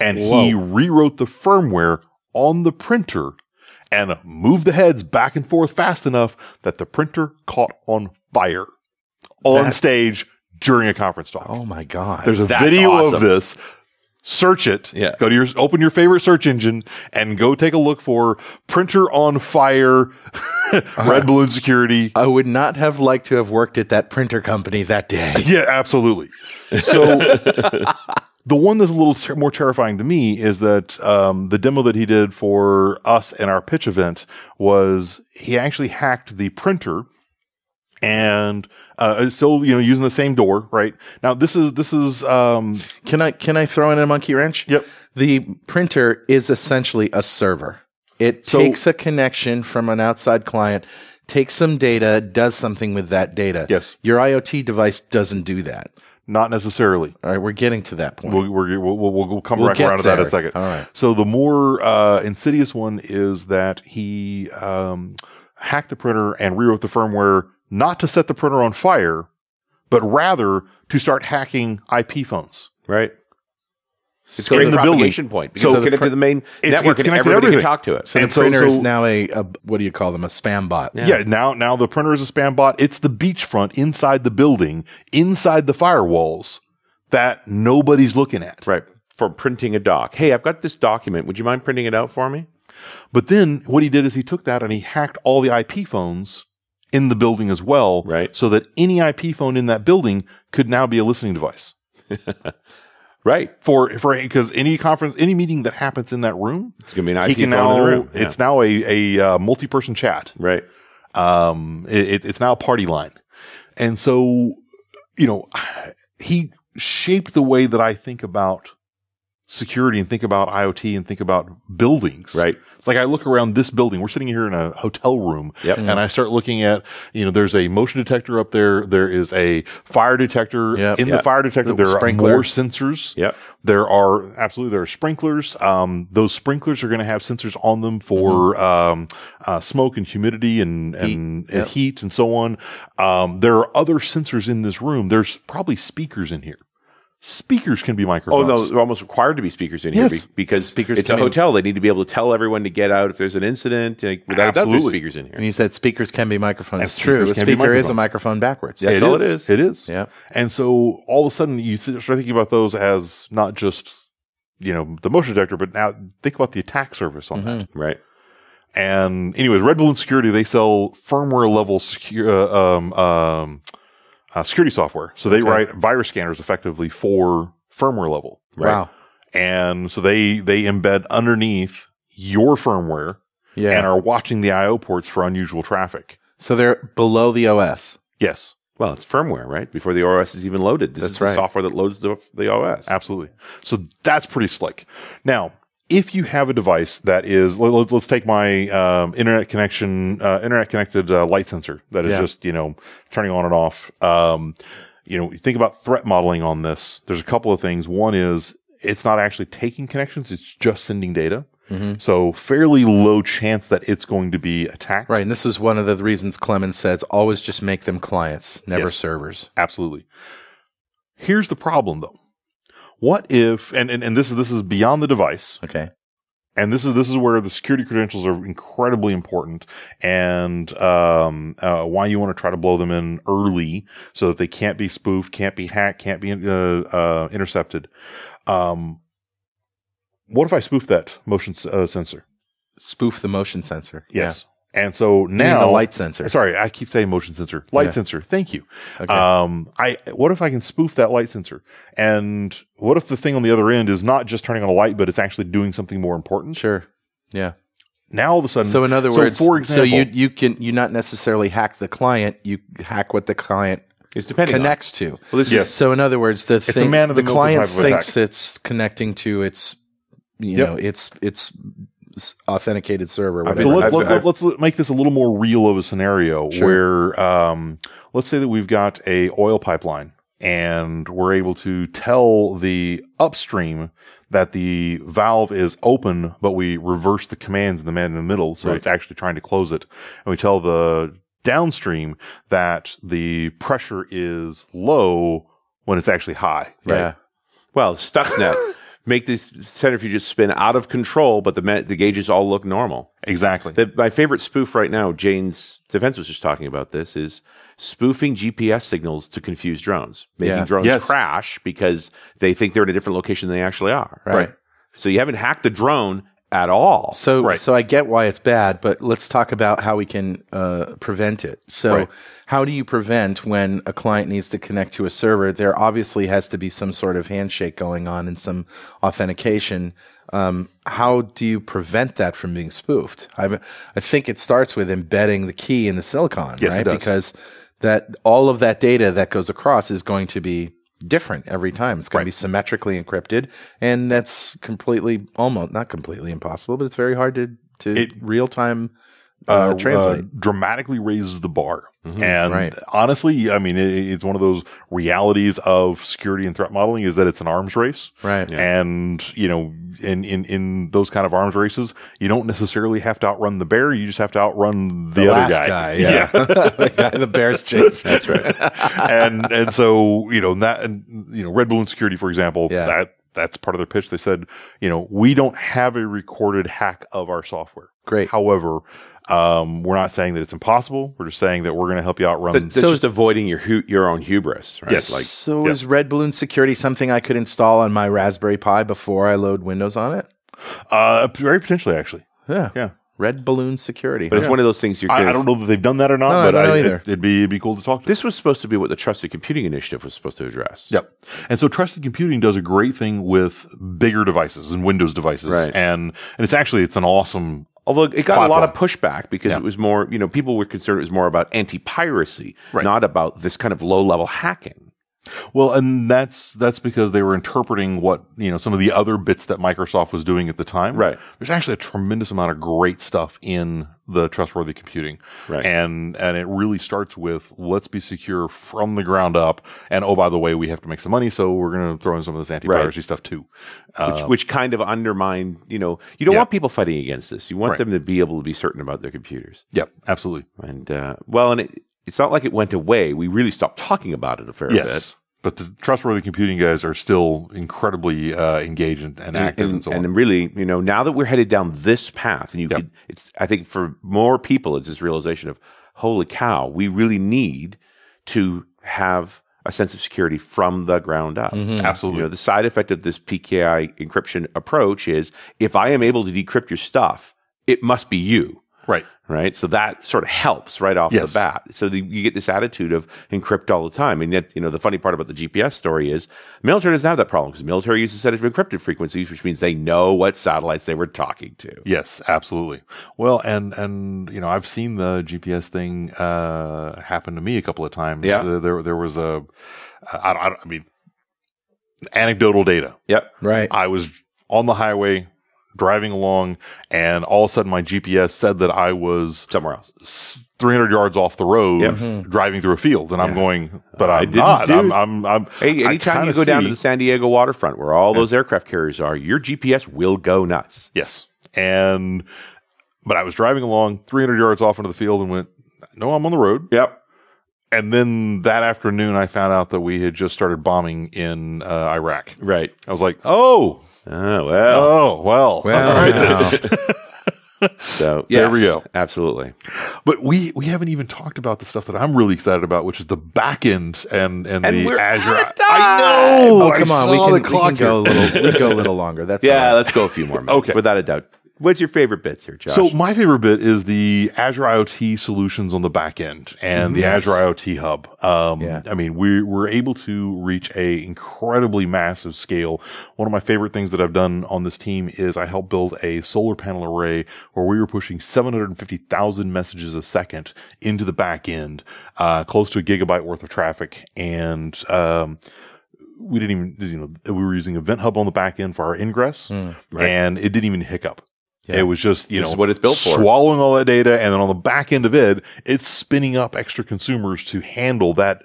Speaker 4: And he
Speaker 1: Whoa.
Speaker 4: rewrote the firmware on the printer and moved the heads back and forth fast enough that the printer caught on fire on
Speaker 1: That-
Speaker 4: stage during a conference talk.
Speaker 1: Oh my god.
Speaker 4: There's a
Speaker 3: That's
Speaker 4: video of
Speaker 3: awesome.
Speaker 4: this. Search it.
Speaker 3: Yeah.
Speaker 4: Go to your open your favorite search engine and go take a look for printer on fire,
Speaker 3: Uh-huh.
Speaker 4: red balloon security.
Speaker 1: I would not have liked to have worked at that printer company that day.
Speaker 4: Yeah, absolutely. So the one that's a little ter- more terrifying to me is that um, the demo that he did for us in our pitch event was he actually hacked the printer and uh, it's still you know using the same door right now this is this is um,
Speaker 1: Can I can I throw in a monkey wrench?
Speaker 4: Yep.
Speaker 1: The printer is essentially a server. It
Speaker 4: So-
Speaker 1: takes a connection from an outside client, takes some data, does something with that data.
Speaker 4: Yes.
Speaker 1: Your IoT device doesn't do that.
Speaker 4: not necessarily
Speaker 1: All right, we're getting to that point.
Speaker 4: We'll, we're, we'll, we'll, we'll come
Speaker 1: We'll
Speaker 4: back
Speaker 1: get
Speaker 4: around to that in
Speaker 1: there.
Speaker 4: a second.
Speaker 1: All right.
Speaker 4: So the more uh, insidious one is that he um, hacked the printer and rewrote the firmware not to set the printer on fire, but rather to start hacking IP phones.
Speaker 3: Right. It's
Speaker 1: So
Speaker 3: getting
Speaker 1: the
Speaker 3: the,
Speaker 4: building.
Speaker 3: propagation point because
Speaker 4: So
Speaker 3: it's
Speaker 4: the
Speaker 3: connected
Speaker 1: pr-
Speaker 3: to the main
Speaker 4: it's
Speaker 3: network and
Speaker 4: connected to
Speaker 3: everybody
Speaker 4: everything.
Speaker 3: can talk to it.
Speaker 1: So the
Speaker 4: And so-
Speaker 1: printer is
Speaker 4: so-
Speaker 1: now a, a what do you call them? A spam bot.
Speaker 4: Yeah. now now the printer is a spam bot. It's the beachfront inside the building, inside the firewalls that nobody's looking at.
Speaker 3: Right. For printing a doc. Hey, I've got this document. Would you mind printing it out for me?
Speaker 4: But then what he did is he took that and he hacked all the IP phones in the building as well.
Speaker 3: Right.
Speaker 4: So that any IP phone in that building could now be a listening device
Speaker 3: Right.
Speaker 4: for, for, because any conference, any meeting that happens in that room,
Speaker 3: It's going to be an
Speaker 4: he
Speaker 3: IP phone
Speaker 4: can now,
Speaker 3: in the room.
Speaker 4: it's now a, a uh, multi person chat.
Speaker 3: right.
Speaker 4: Um, it, it- it's now a party line. And so, you know, he shaped the way that I think about security and think about IoT and think about buildings.
Speaker 3: Right.
Speaker 4: It's like I look around this building. We're sitting here in a hotel room.
Speaker 3: Yep.
Speaker 4: And I start looking at, you know, there's a motion detector up there. There is a fire detector.
Speaker 1: Yep.
Speaker 4: In the
Speaker 3: Yep.
Speaker 4: fire detector, there
Speaker 1: Little
Speaker 4: are
Speaker 1: sprinkler.
Speaker 4: more sensors.
Speaker 3: Yep.
Speaker 4: There are absolutely there are sprinklers. Um, those sprinklers are going to have sensors on them for
Speaker 3: Mm-hmm.
Speaker 4: um, uh, smoke and humidity and and and heat,
Speaker 1: Yep.
Speaker 4: and so on. Um, there are other sensors in this room. There's probably speakers in here. Speakers can be
Speaker 3: Oh
Speaker 4: microphones.
Speaker 3: no, they're almost required to be speakers in
Speaker 4: Yes.
Speaker 3: here be- because
Speaker 1: Speakers
Speaker 3: it's a
Speaker 1: can be-
Speaker 3: hotel. They need to be able to tell everyone to get out if there's an incident. Like, without a doubt, there's
Speaker 4: Absolutely.
Speaker 3: speakers in here.
Speaker 1: And you said speakers can be microphones. It's true.
Speaker 4: speakers
Speaker 1: A
Speaker 4: can be
Speaker 1: speaker is a
Speaker 4: microphones.
Speaker 1: microphone backwards.
Speaker 3: Yeah. That's all it is.
Speaker 4: It is.
Speaker 1: Yeah.
Speaker 4: And so all of a sudden you th- start thinking about those as not just, you know, the motion detector, but now think about the attack service on that.
Speaker 1: Mm-hmm.
Speaker 3: Right.
Speaker 4: And anyways, Red Balloon Security, they sell firmware level secure, uh, um, um, uh, security software. So they write virus scanners effectively for firmware level.
Speaker 1: Wow.
Speaker 4: And so they, they embed underneath your firmware
Speaker 1: Yeah.
Speaker 4: and are watching the IO ports for unusual traffic.
Speaker 1: so they're below the OS.
Speaker 4: Yes.
Speaker 3: Well, it's firmware, right? Before the OS is even loaded, this
Speaker 1: That's
Speaker 3: is the
Speaker 1: right.
Speaker 3: software that loads the, the OS.
Speaker 4: Absolutely. So that's pretty slick. Now, if you have a device that is, let, let, let's take my um, internet connection, uh, internet connected uh, light sensor that is
Speaker 1: Yeah.
Speaker 4: just you know turning on and off. Um, you know, you think about threat modeling on this. There's a couple of things. One is it's not actually taking connections; it's just sending data.
Speaker 1: Mm-hmm.
Speaker 4: So fairly low chance that it's going to be attacked.
Speaker 1: Right. And this is one of the reasons Clemens says always just make them clients, never
Speaker 4: Yes.
Speaker 1: servers.
Speaker 4: Absolutely. Here's the problem though. What if and, and, and this is this is beyond the device,
Speaker 1: Okay.
Speaker 4: and this is this is where the security credentials are incredibly important, and um, uh, why you want to try to blow them in early so that they can't be spoofed, can't be hacked, can't be uh, uh, intercepted. Um, what if I spoof that motion s- uh, sensor?
Speaker 1: Spoof the motion sensor.
Speaker 4: Yes, and so
Speaker 1: Yeah. You mean
Speaker 4: now
Speaker 1: the light sensor.
Speaker 4: Sorry, I keep saying motion sensor, light
Speaker 1: Yeah.
Speaker 4: sensor. Thank you.
Speaker 1: Okay.
Speaker 4: Um, I what if I can spoof that light sensor? And what if the thing on the other end is not just turning on a light, but it's actually doing something more important?
Speaker 1: sure. Yeah.
Speaker 4: Now all of a sudden,
Speaker 1: So in other
Speaker 4: Um, so
Speaker 1: words,
Speaker 4: for
Speaker 1: so
Speaker 4: example,
Speaker 1: you you can you not necessarily hack the client, you hack what the client
Speaker 3: It's depending on-
Speaker 1: connects to.
Speaker 3: Well, this
Speaker 4: Yes.
Speaker 3: is
Speaker 1: So in other words, the
Speaker 4: a
Speaker 1: thing,
Speaker 4: man in the
Speaker 1: the,
Speaker 4: middle
Speaker 1: client
Speaker 4: type of attack.
Speaker 1: thinks it's connecting to its you
Speaker 4: Yep.
Speaker 1: know its its authenticated server.
Speaker 3: I've
Speaker 1: Whatever.
Speaker 3: been-
Speaker 4: so let,
Speaker 3: I've-
Speaker 4: let,
Speaker 3: I've-
Speaker 4: us make this a little more real of a scenario where, um, let's say that we've got a oil pipeline and we're able to tell the upstream that the valve is open, but we reverse the commands in the man in the middle. So it's actually trying to close it. And we tell the downstream that the pressure is low when it's actually high.
Speaker 1: yeah.
Speaker 3: well Stuxnet make these centrifuges spin out of control, but the ma- the gauges all look normal.
Speaker 4: Exactly.
Speaker 3: The, my favorite spoof right now, Jane's defense was just talking about this, is spoofing GPS signals to confuse drones, making
Speaker 1: Yeah.
Speaker 3: drones
Speaker 4: Yes.
Speaker 3: crash because they think they're in a different location than they actually are.
Speaker 1: Right. Right.
Speaker 3: So you haven't hacked the drone at all.
Speaker 1: So
Speaker 4: Right.
Speaker 1: so I get why it's bad, but let's talk about how we can uh, prevent it. So
Speaker 4: Right.
Speaker 1: how do you prevent when a client needs to connect to a server? There obviously has to be some sort of handshake going on and some authentication. Um, how do you prevent that from being spoofed? I I think it starts with embedding the key in the silicon,
Speaker 4: Yes, it
Speaker 1: right?
Speaker 4: does.
Speaker 1: Because that all of that data that goes across is going to be different every time. It's going to be symmetrically encrypted, and that's completely almost not completely impossible, but it's very hard to to
Speaker 4: It-
Speaker 1: real time uh,
Speaker 4: uh,
Speaker 1: translate. Mm-hmm.
Speaker 4: uh, dramatically raises the bar. and
Speaker 1: Right.
Speaker 4: honestly, I mean, it, it's one of those realities of security and threat modeling is that it's an arms race.
Speaker 1: Right.
Speaker 4: And you know, in, in in those kind of arms races, you don't necessarily have to outrun the bear; you just have to outrun the, other
Speaker 1: last
Speaker 4: guy.
Speaker 1: yeah, the guy the bears chase. That's right.
Speaker 4: and and so you know that and, you know Red Balloon Security, for example,
Speaker 1: Yeah.
Speaker 4: that that's part of their pitch. They said, you know, we don't have a recorded hack of our software.
Speaker 1: Great.
Speaker 4: However, um, we're not saying that it's impossible. We're just saying that we're going to help you outrun.
Speaker 3: But that's just avoiding your hu- your own hubris, right?
Speaker 4: Yes.
Speaker 3: Like
Speaker 1: so
Speaker 4: yeah.
Speaker 1: is Red Balloon Security something I could install on my Raspberry Pi before I load Windows on it?
Speaker 4: Uh, very potentially, actually.
Speaker 1: Yeah.
Speaker 4: Yeah.
Speaker 1: Red Balloon Security.
Speaker 3: but it's one of those things you're.
Speaker 4: I, I
Speaker 3: gonna-
Speaker 4: don't know that they've done that or not,
Speaker 1: No, I
Speaker 4: but
Speaker 1: don't know
Speaker 4: I,
Speaker 1: either.
Speaker 4: it, would be it'd be cool to talk to.
Speaker 3: This was supposed to be what the Trusted Computing Initiative was supposed to address.
Speaker 4: Yep. And so trusted computing does a great thing with bigger devices and Windows devices,
Speaker 3: Right.
Speaker 4: and and it's actually it's an awesome.
Speaker 3: Although it got a lot of
Speaker 4: Platform.
Speaker 3: pushback because it was more, you know, people were concerned it was more about anti-piracy, not about this kind of low-level hacking.
Speaker 4: Well, and that's that's because they were interpreting what you know some of the other bits that Microsoft was doing at the time.
Speaker 3: Right.
Speaker 4: There's actually a tremendous amount of great stuff in the trustworthy computing.
Speaker 3: Right.
Speaker 4: And and it really starts with let's be secure from the ground up. And oh by the way, we have to make some money, so we're going to throw in some of this anti-piracy stuff too. Uh,
Speaker 3: which, which kind of undermined, you know, you don't
Speaker 4: Um, Yeah.
Speaker 3: want people fighting against this. You want
Speaker 4: Right.
Speaker 3: them to be able to be certain about their computers.
Speaker 4: Yep. Absolutely.
Speaker 3: And uh, well, and it, it's not like it went away. We really stopped talking about it a fair
Speaker 4: Yes.
Speaker 3: bit.
Speaker 4: But the trustworthy computing guys are still incredibly uh, engaged and, and active and,
Speaker 3: and,
Speaker 4: so on.
Speaker 3: and really, you know, now that we're headed down this path, and you, could, it's I think for more people, it's this realization of, holy cow, we really need to have a sense of security from the ground up.
Speaker 4: Absolutely.
Speaker 3: You know, the side effect of this PKI encryption approach is if I am able to decrypt your stuff, it must be you.
Speaker 4: right.
Speaker 3: Right. So that sort of helps right off
Speaker 4: Yes.
Speaker 3: the bat. So the, you get this attitude of encrypt all the time. And yet, you know, the funny part about the GPS story is military doesn't have that problem because military uses a set of encrypted frequencies, which means they know what satellites they were talking to.
Speaker 4: Yes, absolutely. Well, and and you know, I've seen the GPS thing uh, happen to me a couple of times.
Speaker 3: Yeah.
Speaker 4: There- there there was a I, don't- I, don't- I mean anecdotal data.
Speaker 3: Yep.
Speaker 1: right.
Speaker 4: I was on the highway driving along, and all of a sudden my GPS said that I was
Speaker 3: somewhere else.
Speaker 4: s- 300 yards off the road
Speaker 3: Yep.
Speaker 4: driving through a field, and I'm going, but I'm
Speaker 3: didn't
Speaker 4: not.
Speaker 3: do
Speaker 4: I'm,
Speaker 3: it.
Speaker 4: I'm, I'm,
Speaker 3: Hey,
Speaker 4: I
Speaker 3: anytime you
Speaker 4: kinda
Speaker 3: go down to
Speaker 4: see-
Speaker 3: the San Diego waterfront where all those aircraft carriers are, your GPS will go nuts.
Speaker 4: Yes. And, but I was driving along 300 yards off into the field and went, no, I'm on the road.
Speaker 3: Yep.
Speaker 4: And then that afternoon, I found out that we had just started bombing in uh, Iraq.
Speaker 3: Right.
Speaker 4: I was like, oh,
Speaker 3: Oh, well.
Speaker 4: oh, well.
Speaker 1: Well,
Speaker 4: All right then.
Speaker 1: now,
Speaker 3: So,
Speaker 4: There
Speaker 3: yes,
Speaker 4: we go.
Speaker 3: Absolutely.
Speaker 4: But we we haven't even talked about the stuff that I'm really excited about, which is the back end and and,
Speaker 3: And
Speaker 4: the
Speaker 3: we're
Speaker 4: Azure.
Speaker 3: out of
Speaker 4: I
Speaker 3: time.
Speaker 4: know.
Speaker 1: oh, come
Speaker 4: I
Speaker 1: on.
Speaker 4: saw
Speaker 1: We can,
Speaker 4: the
Speaker 1: we can
Speaker 4: clock
Speaker 1: go a
Speaker 4: here.
Speaker 1: little, we can go a little longer. That's all
Speaker 3: Yeah,
Speaker 1: right.
Speaker 3: let's go a few more minutes.
Speaker 4: Okay.
Speaker 3: Without a doubt. What's your favorite bits here, Josh?
Speaker 4: So my favorite bit is the Azure IoT solutions on the back end and the Azure IoT Hub. Um,
Speaker 1: Yeah.
Speaker 4: I mean, we we're able to reach a incredibly massive scale. One of my favorite things that I've done on this team is I helped build a solar panel array where we were pushing 750,000 messages a second into the back end, uh, close to a gigabyte worth of traffic. And, um, we didn't even, you know, we were using Event Hub on the back end for our ingress and it didn't even hiccup. It was just, you
Speaker 3: Hmm, This
Speaker 4: know,
Speaker 3: is what it's built for.
Speaker 4: swallowing all that data. And then on the back end of it, it's spinning up extra consumers to handle that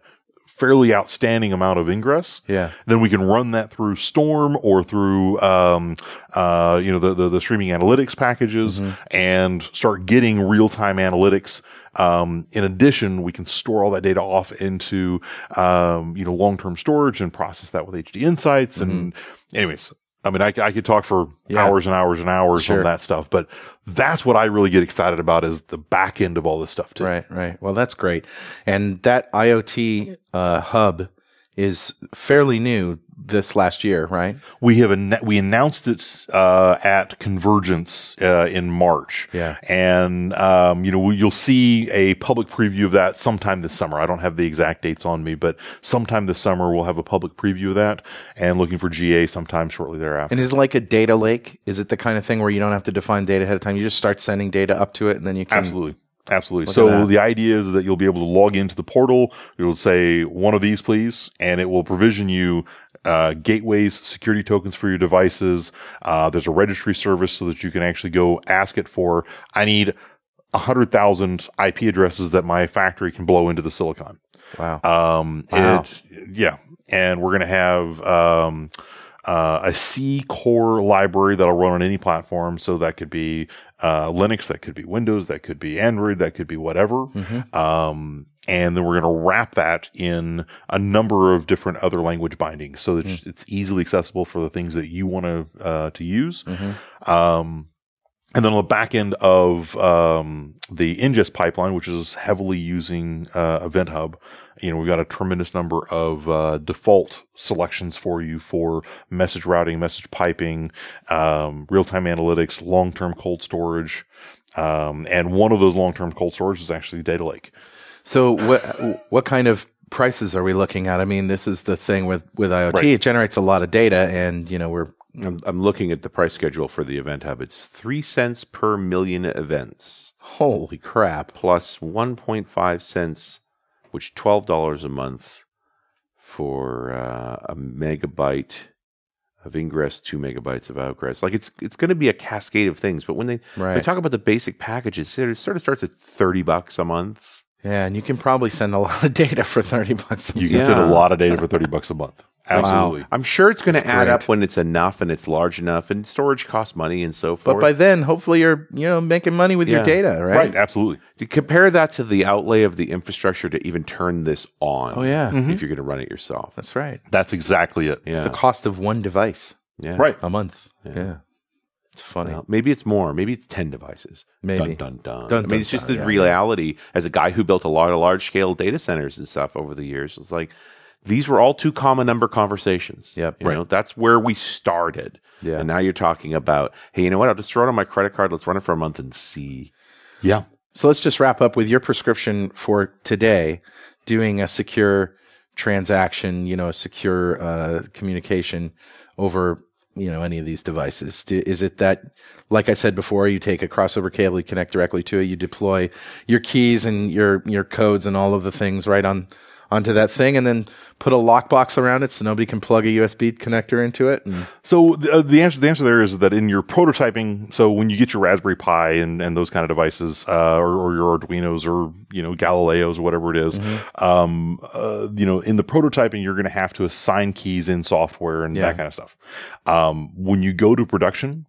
Speaker 4: fairly outstanding amount of ingress.
Speaker 1: Yeah.
Speaker 4: Then we can run that through Storm or through, um, uh, you know, the, the, the streaming analytics packages
Speaker 1: Mm-hmm.
Speaker 4: and start getting real time analytics. Um, in addition, we can store all that data off into, um, you know, long term storage and process that with HD Insights. And, anyways, I mean, I, c- I could talk for
Speaker 1: Mm-hmm. Yeah.
Speaker 4: hours and hours and hours
Speaker 1: Sure.
Speaker 4: on that stuff, but that's what I really get excited about is the back end of all this stuff too.
Speaker 1: Right, right. Well, that's great. And that IoT uh, hub is fairly new this last year, right?
Speaker 4: we have an, we announced it uh, at Convergence uh, in March.
Speaker 1: Yeah.
Speaker 4: and um, you know we- you'll see a public preview of that sometime this summer. I don't have the exact dates on me, but sometime this summer we'll have a public preview of that, and looking for GA sometime shortly thereafter.
Speaker 1: And is it like a data lake? Is it the kind of thing where you don't have to define data ahead of time? You just start sending data up to it, and then you can.
Speaker 4: Absolutely. Absolutely.
Speaker 1: at
Speaker 4: So
Speaker 1: that.
Speaker 4: the idea is that you'll be able to log into the portal. You'll say one of these, please, and it will provision you uh, gateways, security tokens for your devices. Uh, there's a registry service so that you can actually go ask it for, I need 100,000 IP addresses that my factory can blow into the silicon.
Speaker 1: Wow.
Speaker 4: Um,
Speaker 1: Wow.
Speaker 4: it- yeah. And we're going to have, um, uh, a C core library that'll run on any platform. So that could be, uh, Linux, that could be Windows, that could be Android, that could be whatever.
Speaker 1: Mm-hmm.
Speaker 4: Um, and then we're going to wrap that in a number of different other language bindings so that
Speaker 1: Mm.
Speaker 4: it's easily accessible for the things that you want to, uh, to use.
Speaker 1: Mm-hmm.
Speaker 4: Um, and then on the back end of um, the ingest pipeline, which is heavily using uh, Event Hub, you know, we've got a tremendous number of uh, default selections for you for message routing, message piping, um, real time analytics, long term cold storage. Um, and one of those long term cold storage is actually Data Lake.
Speaker 1: So what what kind of prices are we looking at? I mean, this is the thing with with IoT.
Speaker 4: Right.
Speaker 1: It generates a lot of data, and you know we're
Speaker 3: I'm, I'm looking at the price schedule for the event hub. It's three cents per million events
Speaker 1: holy crap.
Speaker 3: plus 1.5 cents, which $12 a month for uh, a megabyte of ingress, two megabytes of outgress. Like it's it's going to be a cascade of things. But when they, when they
Speaker 1: Right.
Speaker 3: talk about the basic packages, it sort of starts at 30 bucks a month.
Speaker 1: Yeah, and you can probably send a lot of data for thirty bucks. a
Speaker 4: You
Speaker 1: month.
Speaker 4: can send a
Speaker 3: Yeah.
Speaker 4: lot of data for 30 bucks a month. Absolutely.
Speaker 3: I'm sure it's going to add
Speaker 1: great.
Speaker 3: up when it's enough and it's large enough, and storage costs money and so forth.
Speaker 1: But by then, hopefully, you're you know making money with your
Speaker 3: Yeah.
Speaker 1: data, right?
Speaker 4: Right. Absolutely.
Speaker 3: to compare that to the outlay of the infrastructure to even turn this on.
Speaker 1: Oh yeah,
Speaker 3: if you're going to run it yourself.
Speaker 1: that's right.
Speaker 4: That's exactly it.
Speaker 3: yeah, Oh.
Speaker 1: It's the cost of one device
Speaker 3: yeah.
Speaker 4: Right.
Speaker 1: a month. Yeah, it's funny.
Speaker 3: Well, maybe it's more. Maybe it's ten devices.
Speaker 1: Maybe.
Speaker 3: Dun dun dun.
Speaker 1: Dun,
Speaker 3: I
Speaker 1: dun,
Speaker 3: mean, it's just
Speaker 1: dun,
Speaker 3: the
Speaker 1: yeah.
Speaker 3: reality. As a guy who built a lot of large scale data centers and stuff over the years, it's like these were all two comma number conversations.
Speaker 1: Yep.
Speaker 3: You know, that's where we started.
Speaker 1: Yeah.
Speaker 3: And now you're talking about, hey, you know what? I'll just throw it on my credit card. Let's run it for a month and see.
Speaker 4: Yeah.
Speaker 1: So let's just wrap up with your prescription for today, doing a secure transaction, you know, a secure uh, communication over, you know, any of these devices. Do, is it that, like I said before, you take a crossover cable, you connect directly to it, you deploy your keys and your your codes and all of the things right on on onto that thing and then put a lockbox around it so nobody can plug a USB connector into it. And
Speaker 4: So the, uh, the answer the answer there is that in your prototyping, so when you get your Raspberry Pi and, and those kind of devices, uh, or, or your Arduino's or you know Galileos or whatever it is,
Speaker 1: Mm-hmm.
Speaker 4: um, uh, you know in the prototyping you're going to have to assign keys in software and
Speaker 1: Yeah.
Speaker 4: that kind of stuff. Um, when you go to production,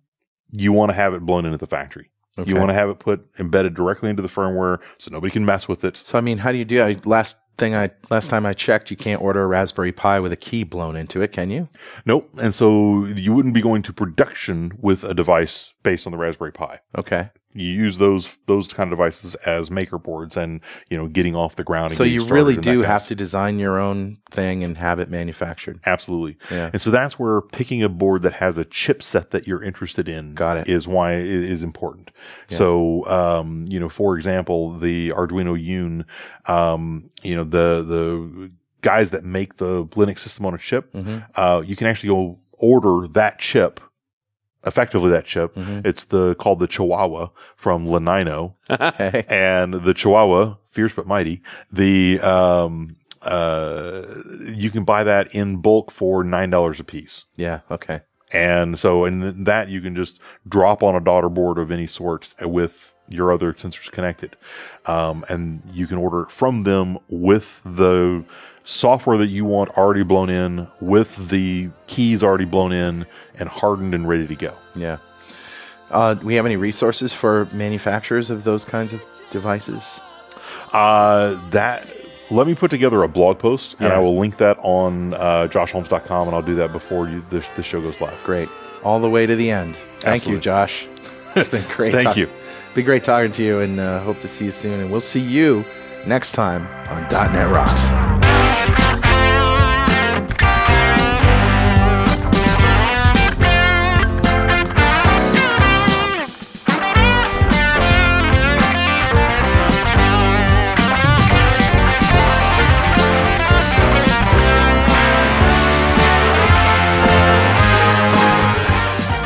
Speaker 4: you want to have it blown into the factory.
Speaker 1: Okay.
Speaker 4: You want to have it put embedded directly into the firmware so nobody can mess with it.
Speaker 1: so I mean, how do you do? I, last thing I last time I checked, you can't order a Raspberry Pi with a key blown into it, can you?
Speaker 4: Nope. And so you wouldn't be going to production with a device based on the Raspberry Pi.
Speaker 1: Okay.
Speaker 4: you use those those kind of devices as maker boards and you know getting off the ground and
Speaker 1: So
Speaker 4: getting
Speaker 1: you
Speaker 4: started
Speaker 1: really
Speaker 4: and
Speaker 1: do
Speaker 4: that kind of
Speaker 1: have
Speaker 4: stuff.
Speaker 1: to design your own thing and have it manufactured.
Speaker 4: absolutely
Speaker 1: Yeah.
Speaker 4: and so that's where picking a board that has a chipset that you're interested in
Speaker 1: Got it.
Speaker 4: is why it is important so um you know for example the arduino yun um you know the the guys that make the linux system on a chip
Speaker 1: Mm-hmm.
Speaker 4: uh you can actually go order that chip effectively that chip
Speaker 1: Mm-hmm.
Speaker 4: it's the called the chihuahua from lenino
Speaker 1: Okay.
Speaker 4: and the Chihuahua, fierce but mighty. The um, uh, you can buy that in bulk for nine dollars a piece,
Speaker 1: Yeah. Okay.
Speaker 4: and so in that you can just drop on a daughter board of any sort with your other sensors connected, um, and you can order it from them with the software that you want already blown in, with the keys already blown in and hardened and ready to go.
Speaker 1: Yeah. Uh, do we have any resources for manufacturers of those kinds of devices?
Speaker 4: Uh, that let me put together a blog post and I
Speaker 1: Yes.
Speaker 4: will link that on uh, joshholmes.com and I'll do that before you, this, this show goes live.
Speaker 1: Great. All the way to the end. Thank
Speaker 4: Absolutely.
Speaker 1: you, Josh. It's been great.
Speaker 4: Thank
Speaker 1: talk-
Speaker 4: you.
Speaker 1: Be great talking to you, and uh, hope to see you soon. And we'll see you next time on .NET Rocks.